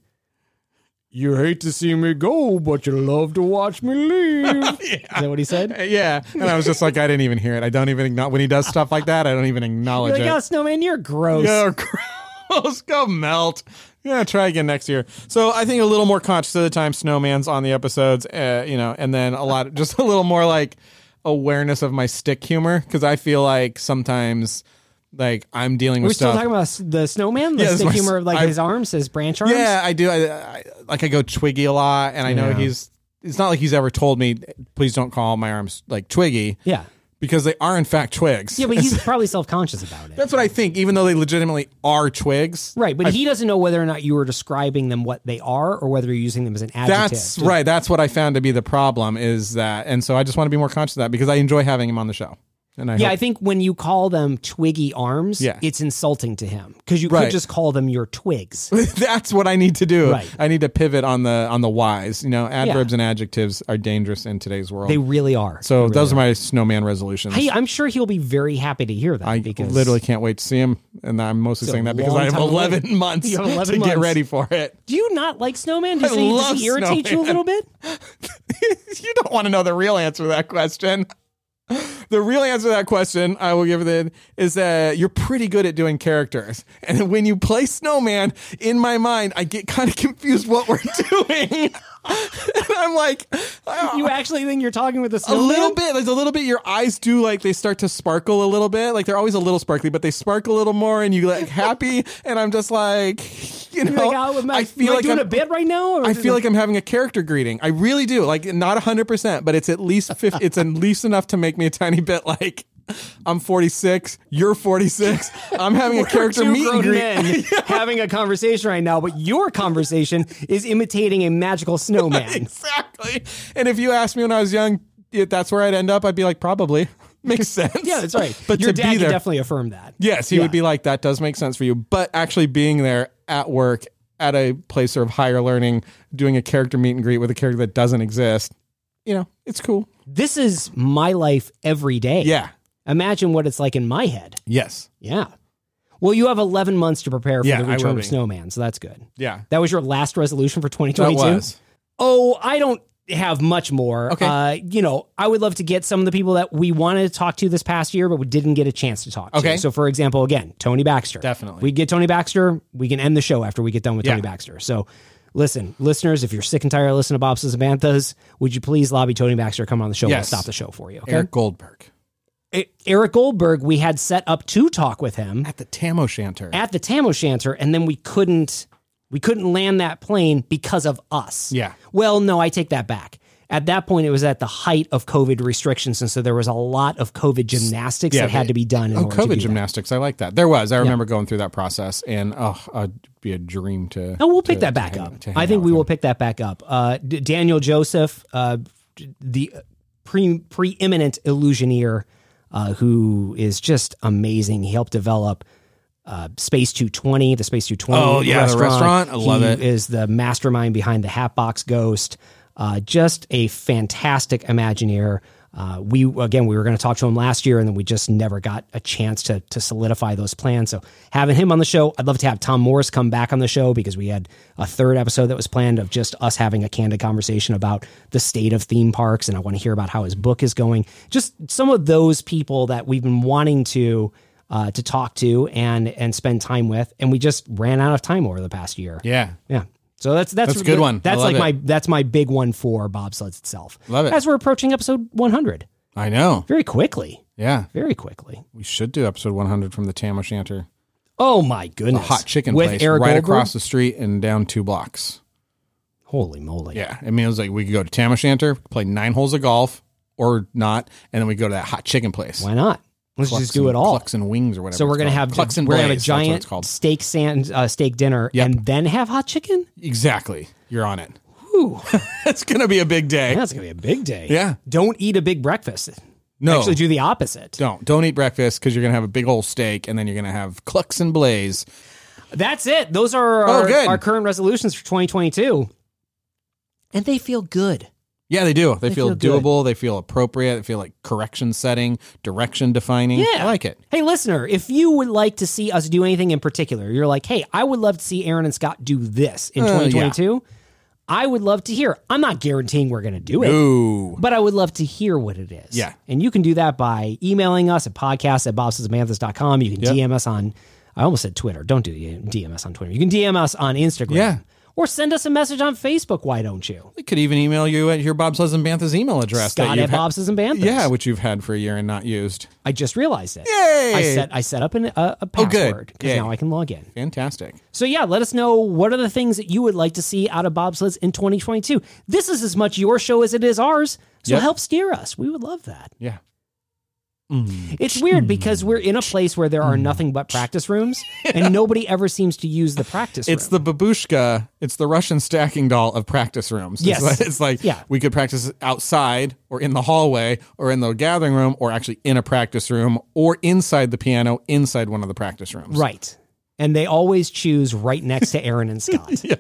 [SPEAKER 1] you hate to see me go, but you love to watch me leave.
[SPEAKER 2] "Is that what he said?"
[SPEAKER 1] yeah. And I was just like, I didn't even hear it. I don't even acknow- when he does stuff like that. I don't even
[SPEAKER 2] You're
[SPEAKER 1] acknowledge
[SPEAKER 2] like,
[SPEAKER 1] it.
[SPEAKER 2] "Oh, Snowman, you're gross."
[SPEAKER 1] Yeah, gross. Go melt. Yeah, try again next year. So I think a little more conscious of the time Snowman's on the episodes, uh, you know, and then a lot, just a little more like awareness of my stick humor because I feel like sometimes, like I'm dealing
[SPEAKER 2] We're
[SPEAKER 1] with
[SPEAKER 2] still
[SPEAKER 1] stuff.
[SPEAKER 2] talking about s- the snowman, the
[SPEAKER 1] Yeah, this
[SPEAKER 2] stick
[SPEAKER 1] was-
[SPEAKER 2] humor of like
[SPEAKER 1] I-
[SPEAKER 2] his arms, his branch arms.
[SPEAKER 1] yeah, I do. I, I like I go Twiggy a lot, and I know
[SPEAKER 2] Yeah.
[SPEAKER 1] he's. It's not like he's ever told me, please don't call my arms like Twiggy,
[SPEAKER 2] yeah,
[SPEAKER 1] because they are in fact twigs.
[SPEAKER 2] yeah. But he's probably self conscious about it,
[SPEAKER 1] That's what I think, even though they legitimately are twigs.
[SPEAKER 2] right? But he doesn't know whether or not you were describing them what they are, or whether you're using them as an adjective.
[SPEAKER 1] That's right. That's what I found to be the problem is that, and so I just want to be more conscious of that because I enjoy having him on the show. And I
[SPEAKER 2] Yeah, I
[SPEAKER 1] hope,
[SPEAKER 2] think when you call them twiggy arms,
[SPEAKER 1] Yeah.
[SPEAKER 2] it's insulting to him because you
[SPEAKER 1] Right.
[SPEAKER 2] could just call them your twigs.
[SPEAKER 1] that's what I need to do.
[SPEAKER 2] Right.
[SPEAKER 1] I need to pivot on the on the whys. You know, adverbs
[SPEAKER 2] Yeah.
[SPEAKER 1] and adjectives are dangerous in today's world.
[SPEAKER 2] They really are.
[SPEAKER 1] so those are my snowman resolutions.
[SPEAKER 2] Hey, I'm sure he'll be very happy to hear that.
[SPEAKER 1] I
[SPEAKER 2] because
[SPEAKER 1] literally can't wait to see him, and I'm mostly
[SPEAKER 2] It's a
[SPEAKER 1] saying that because
[SPEAKER 2] long
[SPEAKER 1] I have
[SPEAKER 2] time away.
[SPEAKER 1] 11 months
[SPEAKER 2] You have 11
[SPEAKER 1] to get
[SPEAKER 2] months.
[SPEAKER 1] ready for it.
[SPEAKER 2] Do you not like Snowman? Does,
[SPEAKER 1] I
[SPEAKER 2] he, does
[SPEAKER 1] love
[SPEAKER 2] he irritate you
[SPEAKER 1] Snowman.
[SPEAKER 2] a little bit?
[SPEAKER 1] you don't want to know the real answer to that question. The real answer to that question, I will give it, is that you're pretty good at doing characters. And when you play Snowman, in my mind, I get kind of confused what we're doing. and I'm like, ah,
[SPEAKER 2] You actually think you're talking with a
[SPEAKER 1] a
[SPEAKER 2] snowman?
[SPEAKER 1] little bit, there's a little bit, your eyes do like, they start to sparkle a little bit. Like they're always a little sparkly, but they sparkle a little more and you like happy. And I'm just like, you know,
[SPEAKER 2] You're like, oh, am I,
[SPEAKER 1] I feel
[SPEAKER 2] am I
[SPEAKER 1] like
[SPEAKER 2] doing
[SPEAKER 1] I'm-
[SPEAKER 2] a bit right now? Or
[SPEAKER 1] I feel like I'm having a character greeting. I really do. Like not 100%, but it's at least 50, it's at least enough to make me a tiny bit like I'm 46, you're 46. I'm having a character
[SPEAKER 2] two
[SPEAKER 1] meet and
[SPEAKER 2] grown
[SPEAKER 1] greet.
[SPEAKER 2] men having a conversation right now, but your conversation is imitating a magical snowman.
[SPEAKER 1] exactly. And if you asked me when I was young, if that's where I'd end up, I'd be like probably. Makes sense.
[SPEAKER 2] yeah, that's right.
[SPEAKER 1] But
[SPEAKER 2] your
[SPEAKER 1] to
[SPEAKER 2] dad
[SPEAKER 1] be
[SPEAKER 2] could
[SPEAKER 1] there
[SPEAKER 2] definitely affirm that.
[SPEAKER 1] Yes, he
[SPEAKER 2] Yeah.
[SPEAKER 1] would be like, that does make sense for you. But actually being there at work at a place of higher learning doing a character meet and greet with a character that doesn't exist. You know, it's cool.
[SPEAKER 2] This is my life every day.
[SPEAKER 1] Yeah.
[SPEAKER 2] Imagine what it's like in my head.
[SPEAKER 1] Yes.
[SPEAKER 2] Yeah. Well, you have 11 months to prepare for
[SPEAKER 1] Yeah,
[SPEAKER 2] the
[SPEAKER 1] I
[SPEAKER 2] Return
[SPEAKER 1] will
[SPEAKER 2] of
[SPEAKER 1] be.
[SPEAKER 2] Snowman, so that's good.
[SPEAKER 1] Yeah.
[SPEAKER 2] That was your last resolution for
[SPEAKER 1] That
[SPEAKER 2] 2022?
[SPEAKER 1] was.
[SPEAKER 2] Oh, I don't have much more.
[SPEAKER 1] Okay.
[SPEAKER 2] Uh, you know, I would love to get some of the people that we wanted to talk to this past year, but we didn't get a chance to talk to.
[SPEAKER 1] Okay.
[SPEAKER 2] So, for example, again, Tony Baxter.
[SPEAKER 1] Definitely.
[SPEAKER 2] We get Tony Baxter, we can end the show after we get done with
[SPEAKER 1] Yeah.
[SPEAKER 2] Tony Baxter. So, listen, listeners, if you're sick and tired of listening to Bob's and Banthas, would you please lobby Tony Baxter to come on the show? We'll
[SPEAKER 1] Yes.
[SPEAKER 2] stop the show for you. Okay.
[SPEAKER 1] Eric Goldberg
[SPEAKER 2] E- Eric Goldberg, we had set up to talk with him
[SPEAKER 1] at the Tam O'Shanter.
[SPEAKER 2] at the Tam O'Shanter, and then we couldn't we couldn't land that plane because of us.
[SPEAKER 1] Yeah.
[SPEAKER 2] Well, no, I take that back. At that point, it was at the height of COVID restrictions, and so there was a lot of COVID gymnastics
[SPEAKER 1] Yeah,
[SPEAKER 2] that had
[SPEAKER 1] they-
[SPEAKER 2] to be done. In
[SPEAKER 1] Oh,
[SPEAKER 2] order to
[SPEAKER 1] COVID
[SPEAKER 2] do that.
[SPEAKER 1] gymnastics. I like that. There was. I remember going through that process, and oh, it'd be a dream to.
[SPEAKER 2] No, we'll pick
[SPEAKER 1] to-
[SPEAKER 2] that
[SPEAKER 1] to
[SPEAKER 2] back
[SPEAKER 1] hang-
[SPEAKER 2] up.
[SPEAKER 1] to hang
[SPEAKER 2] I
[SPEAKER 1] out
[SPEAKER 2] think we
[SPEAKER 1] with
[SPEAKER 2] will
[SPEAKER 1] him.
[SPEAKER 2] pick that back up. Uh, D- Daniel Joseph, uh, d- the pre- preeminent illusioneer, uh, who is just amazing. He helped develop uh, Space 220, the Space 220
[SPEAKER 1] Oh, yeah, the restaurant. I love
[SPEAKER 2] He
[SPEAKER 1] it.
[SPEAKER 2] is the mastermind behind the Hatbox Ghost. Uh, just a fantastic Imagineer. Uh, we again, we were going to talk to him last year, and then we just never got a chance to to solidify those plans. So having him on the show, I'd love to have Tom Morris come back on the show because we had a third episode that was planned of just us having a candid conversation about the state of theme parks, and I want to hear about how his book is going. Just some of those people that we've been wanting to uh, to talk to and and spend time with, and we just ran out of time over the past year.
[SPEAKER 1] Yeah.
[SPEAKER 2] Yeah. So that's that's,
[SPEAKER 1] That's a good one. I
[SPEAKER 2] That's
[SPEAKER 1] love
[SPEAKER 2] like
[SPEAKER 1] it.
[SPEAKER 2] my that's my big one for bobsleds itself.
[SPEAKER 1] Love it.
[SPEAKER 2] As we're approaching episode 100,
[SPEAKER 1] I know.
[SPEAKER 2] very quickly,
[SPEAKER 1] Yeah.
[SPEAKER 2] very quickly.
[SPEAKER 1] We should do episode 100 from the Tam O'Shanter.
[SPEAKER 2] Oh my goodness!
[SPEAKER 1] Hot chicken
[SPEAKER 2] with
[SPEAKER 1] place
[SPEAKER 2] Eric
[SPEAKER 1] right
[SPEAKER 2] Goldberg?
[SPEAKER 1] across the street and down two blocks.
[SPEAKER 2] Holy moly!
[SPEAKER 1] Yeah. I mean, it was like we could go to Tam O'Shanter, play nine holes of golf or not, and then we go to that hot chicken place.
[SPEAKER 2] Why not? Let's
[SPEAKER 1] Clucks
[SPEAKER 2] just do
[SPEAKER 1] and-
[SPEAKER 2] it all.
[SPEAKER 1] Clucks and wings or whatever.
[SPEAKER 2] so we're
[SPEAKER 1] it's
[SPEAKER 2] gonna
[SPEAKER 1] called.
[SPEAKER 2] have
[SPEAKER 1] Clucks and
[SPEAKER 2] we're gonna have a
[SPEAKER 1] Blaze, that's what
[SPEAKER 2] giant
[SPEAKER 1] it's called.
[SPEAKER 2] steak sand uh, steak dinner
[SPEAKER 1] Yep.
[SPEAKER 2] and then have hot chicken.
[SPEAKER 1] Exactly. You're on it. it's going to be a big day.
[SPEAKER 2] That's gonna be a big day.
[SPEAKER 1] Yeah.
[SPEAKER 2] Don't eat a big breakfast.
[SPEAKER 1] No.
[SPEAKER 2] Actually, do the opposite.
[SPEAKER 1] Don't don't eat breakfast because you're gonna have a big old steak and then you're gonna have clucks and blaze.
[SPEAKER 2] That's it. Those are
[SPEAKER 1] Oh,
[SPEAKER 2] our,
[SPEAKER 1] good.
[SPEAKER 2] our current resolutions for 2022. And they feel good.
[SPEAKER 1] Yeah, they do. They, feel,
[SPEAKER 2] feel good.
[SPEAKER 1] doable. They feel appropriate. They feel like correction setting, direction defining. I like it.
[SPEAKER 2] Hey, listener, if you would like to see us do anything in particular, you're like, hey, I would love to see Aaron and Scott do this in
[SPEAKER 1] Uh, yeah.
[SPEAKER 2] 2022. I would love to hear. I'm not guaranteeing we're going to do it,
[SPEAKER 1] Ooh,
[SPEAKER 2] but I would love to hear what it is.
[SPEAKER 1] Yeah.
[SPEAKER 2] And you can do that by emailing us at podcast at bobsmanthus.com. You can
[SPEAKER 1] Yep.
[SPEAKER 2] DM us on, I almost said Twitter. Don't do the DM us on Twitter. You can DM us on Instagram.
[SPEAKER 1] Yeah.
[SPEAKER 2] Or send us a message on Facebook. Why don't you?
[SPEAKER 1] they could even email you at your Bob's and Bantha's email address.
[SPEAKER 2] Scott
[SPEAKER 1] you've
[SPEAKER 2] at
[SPEAKER 1] had-
[SPEAKER 2] Bob's and Banthas.
[SPEAKER 1] Yeah, which you've had for a year and not used.
[SPEAKER 2] I just realized it.
[SPEAKER 1] Yay!
[SPEAKER 2] I set I set up an, a, a
[SPEAKER 1] Oh, good.
[SPEAKER 2] password because
[SPEAKER 1] Yay.
[SPEAKER 2] now I can log in.
[SPEAKER 1] Fantastic.
[SPEAKER 2] So yeah, let us know what are the things that you would like to see out of bobsleds in 2022. This is as much your show as it is ours. So
[SPEAKER 1] Yep.
[SPEAKER 2] help steer us. We would love that.
[SPEAKER 1] Yeah.
[SPEAKER 2] It's
[SPEAKER 1] Hmm.
[SPEAKER 2] weird because we're in a place where there are nothing but practice rooms, and nobody ever seems to use the practice.
[SPEAKER 1] It's
[SPEAKER 2] room.
[SPEAKER 1] the babushka. It's the Russian stacking doll of practice rooms. It's
[SPEAKER 2] Yes.
[SPEAKER 1] like- It's like,
[SPEAKER 2] Yeah.
[SPEAKER 1] we could practice outside or in the hallway or in the gathering room or actually in a practice room or inside the piano inside one of the practice rooms.
[SPEAKER 2] right, and they always choose right next to Aaron and Scott.
[SPEAKER 1] Yeah.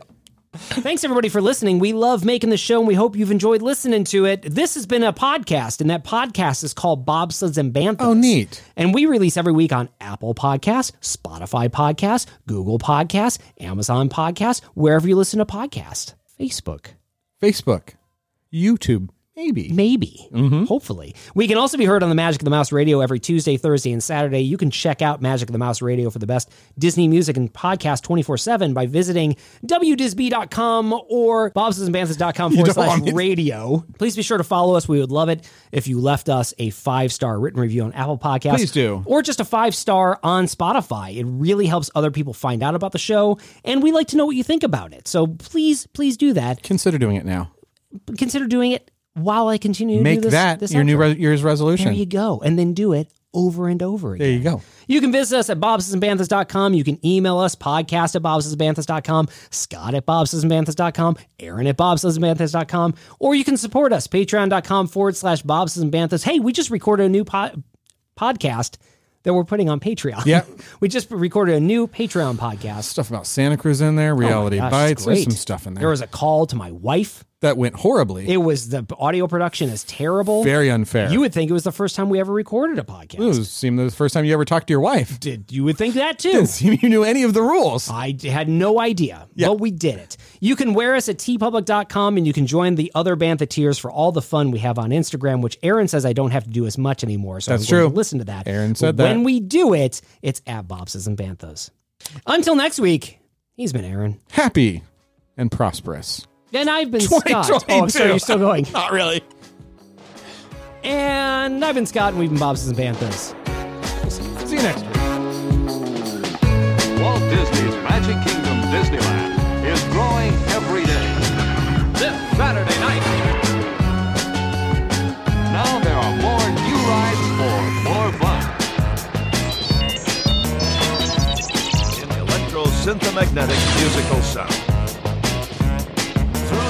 [SPEAKER 2] Thanks everybody for listening. We love making the show and we hope you've enjoyed listening to it. This has been a podcast, and that podcast is called Bobsleds and Banthas.
[SPEAKER 1] Oh, neat.
[SPEAKER 2] And we release every week on Apple Podcasts, Spotify Podcasts, Google Podcasts, Amazon Podcasts, wherever you listen to podcasts. Facebook,
[SPEAKER 1] Facebook, YouTube, maybe.
[SPEAKER 2] maybe,
[SPEAKER 1] Mm-hmm.
[SPEAKER 2] hopefully. We can also be heard on the Magic of the Mouse Radio every Tuesday, Thursday, and Saturday. You can check out Magic of the Mouse Radio for the best Disney music and podcast 24 7 by visiting wdisb.com or bobsandbanthas.com forward
[SPEAKER 1] don't
[SPEAKER 2] slash
[SPEAKER 1] want me to-
[SPEAKER 2] radio. Please be sure to follow us. We would love it if you left us a five star written review on Apple Podcasts.
[SPEAKER 1] Please do.
[SPEAKER 2] Or just a five star on Spotify. It really helps other people find out about the show. And we like to know what you think about it. So please, please do that.
[SPEAKER 1] Consider doing it now.
[SPEAKER 2] Consider doing it while I continue to
[SPEAKER 1] Make
[SPEAKER 2] do this,
[SPEAKER 1] that
[SPEAKER 2] this
[SPEAKER 1] your new
[SPEAKER 2] outro.
[SPEAKER 1] re- year's resolution.
[SPEAKER 2] There you go. And then do it over and over again.
[SPEAKER 1] There you go.
[SPEAKER 2] You can visit us at bobsesandbanthas.com. You can email us, podcast at bobsesandbanthas.com, scott at bobsesandbanthas.com, aaron at bobsesandbanthas.com, or you can support us, patreon.com forward slash bobsesandbanthas. Hey, we just recorded a new po- podcast that we're putting on Patreon.
[SPEAKER 1] Yeah.
[SPEAKER 2] we just recorded a new Patreon podcast.
[SPEAKER 1] Stuff about Santa Cruz in there, reality
[SPEAKER 2] Oh Gosh,
[SPEAKER 1] bites.
[SPEAKER 2] it's
[SPEAKER 1] There's
[SPEAKER 2] great.
[SPEAKER 1] some stuff in there,
[SPEAKER 2] There was a call to my wife.
[SPEAKER 1] that went horribly.
[SPEAKER 2] It was the audio production is terrible.
[SPEAKER 1] Very unfair.
[SPEAKER 2] You would think it was the first time we ever recorded a
[SPEAKER 1] it
[SPEAKER 2] podcast.
[SPEAKER 1] was, seemed the first time you ever talked to your wife.
[SPEAKER 2] Did you would think that too?
[SPEAKER 1] Didn't seem you knew any of the rules.
[SPEAKER 2] I d- had no idea, but we did it. You can wear us at tpublic.com and you can join the other Bantheteers for all the fun we have on Instagram, which Aaron says I don't have to do as much anymore. So
[SPEAKER 1] That's
[SPEAKER 2] I'm going to
[SPEAKER 1] true.
[SPEAKER 2] listen to that.
[SPEAKER 1] Aaron said
[SPEAKER 2] when
[SPEAKER 1] that.
[SPEAKER 2] When we do it, it's at Bobses and Banthos. Until next week, he's been Aaron.
[SPEAKER 1] Happy and prosperous.
[SPEAKER 2] And I've been Scott. Oh, so
[SPEAKER 1] 2022.
[SPEAKER 2] you're still going.
[SPEAKER 1] Not really.
[SPEAKER 2] And I've been Scott, and we've been Bobses and Banthos.
[SPEAKER 1] See you next week.
[SPEAKER 3] Walt Disney's Magic Kingdom Disneyland is growing every day. This Saturday night. Now there are more new rides for more fun.
[SPEAKER 4] in electro-synthomagnetic musical sound. Through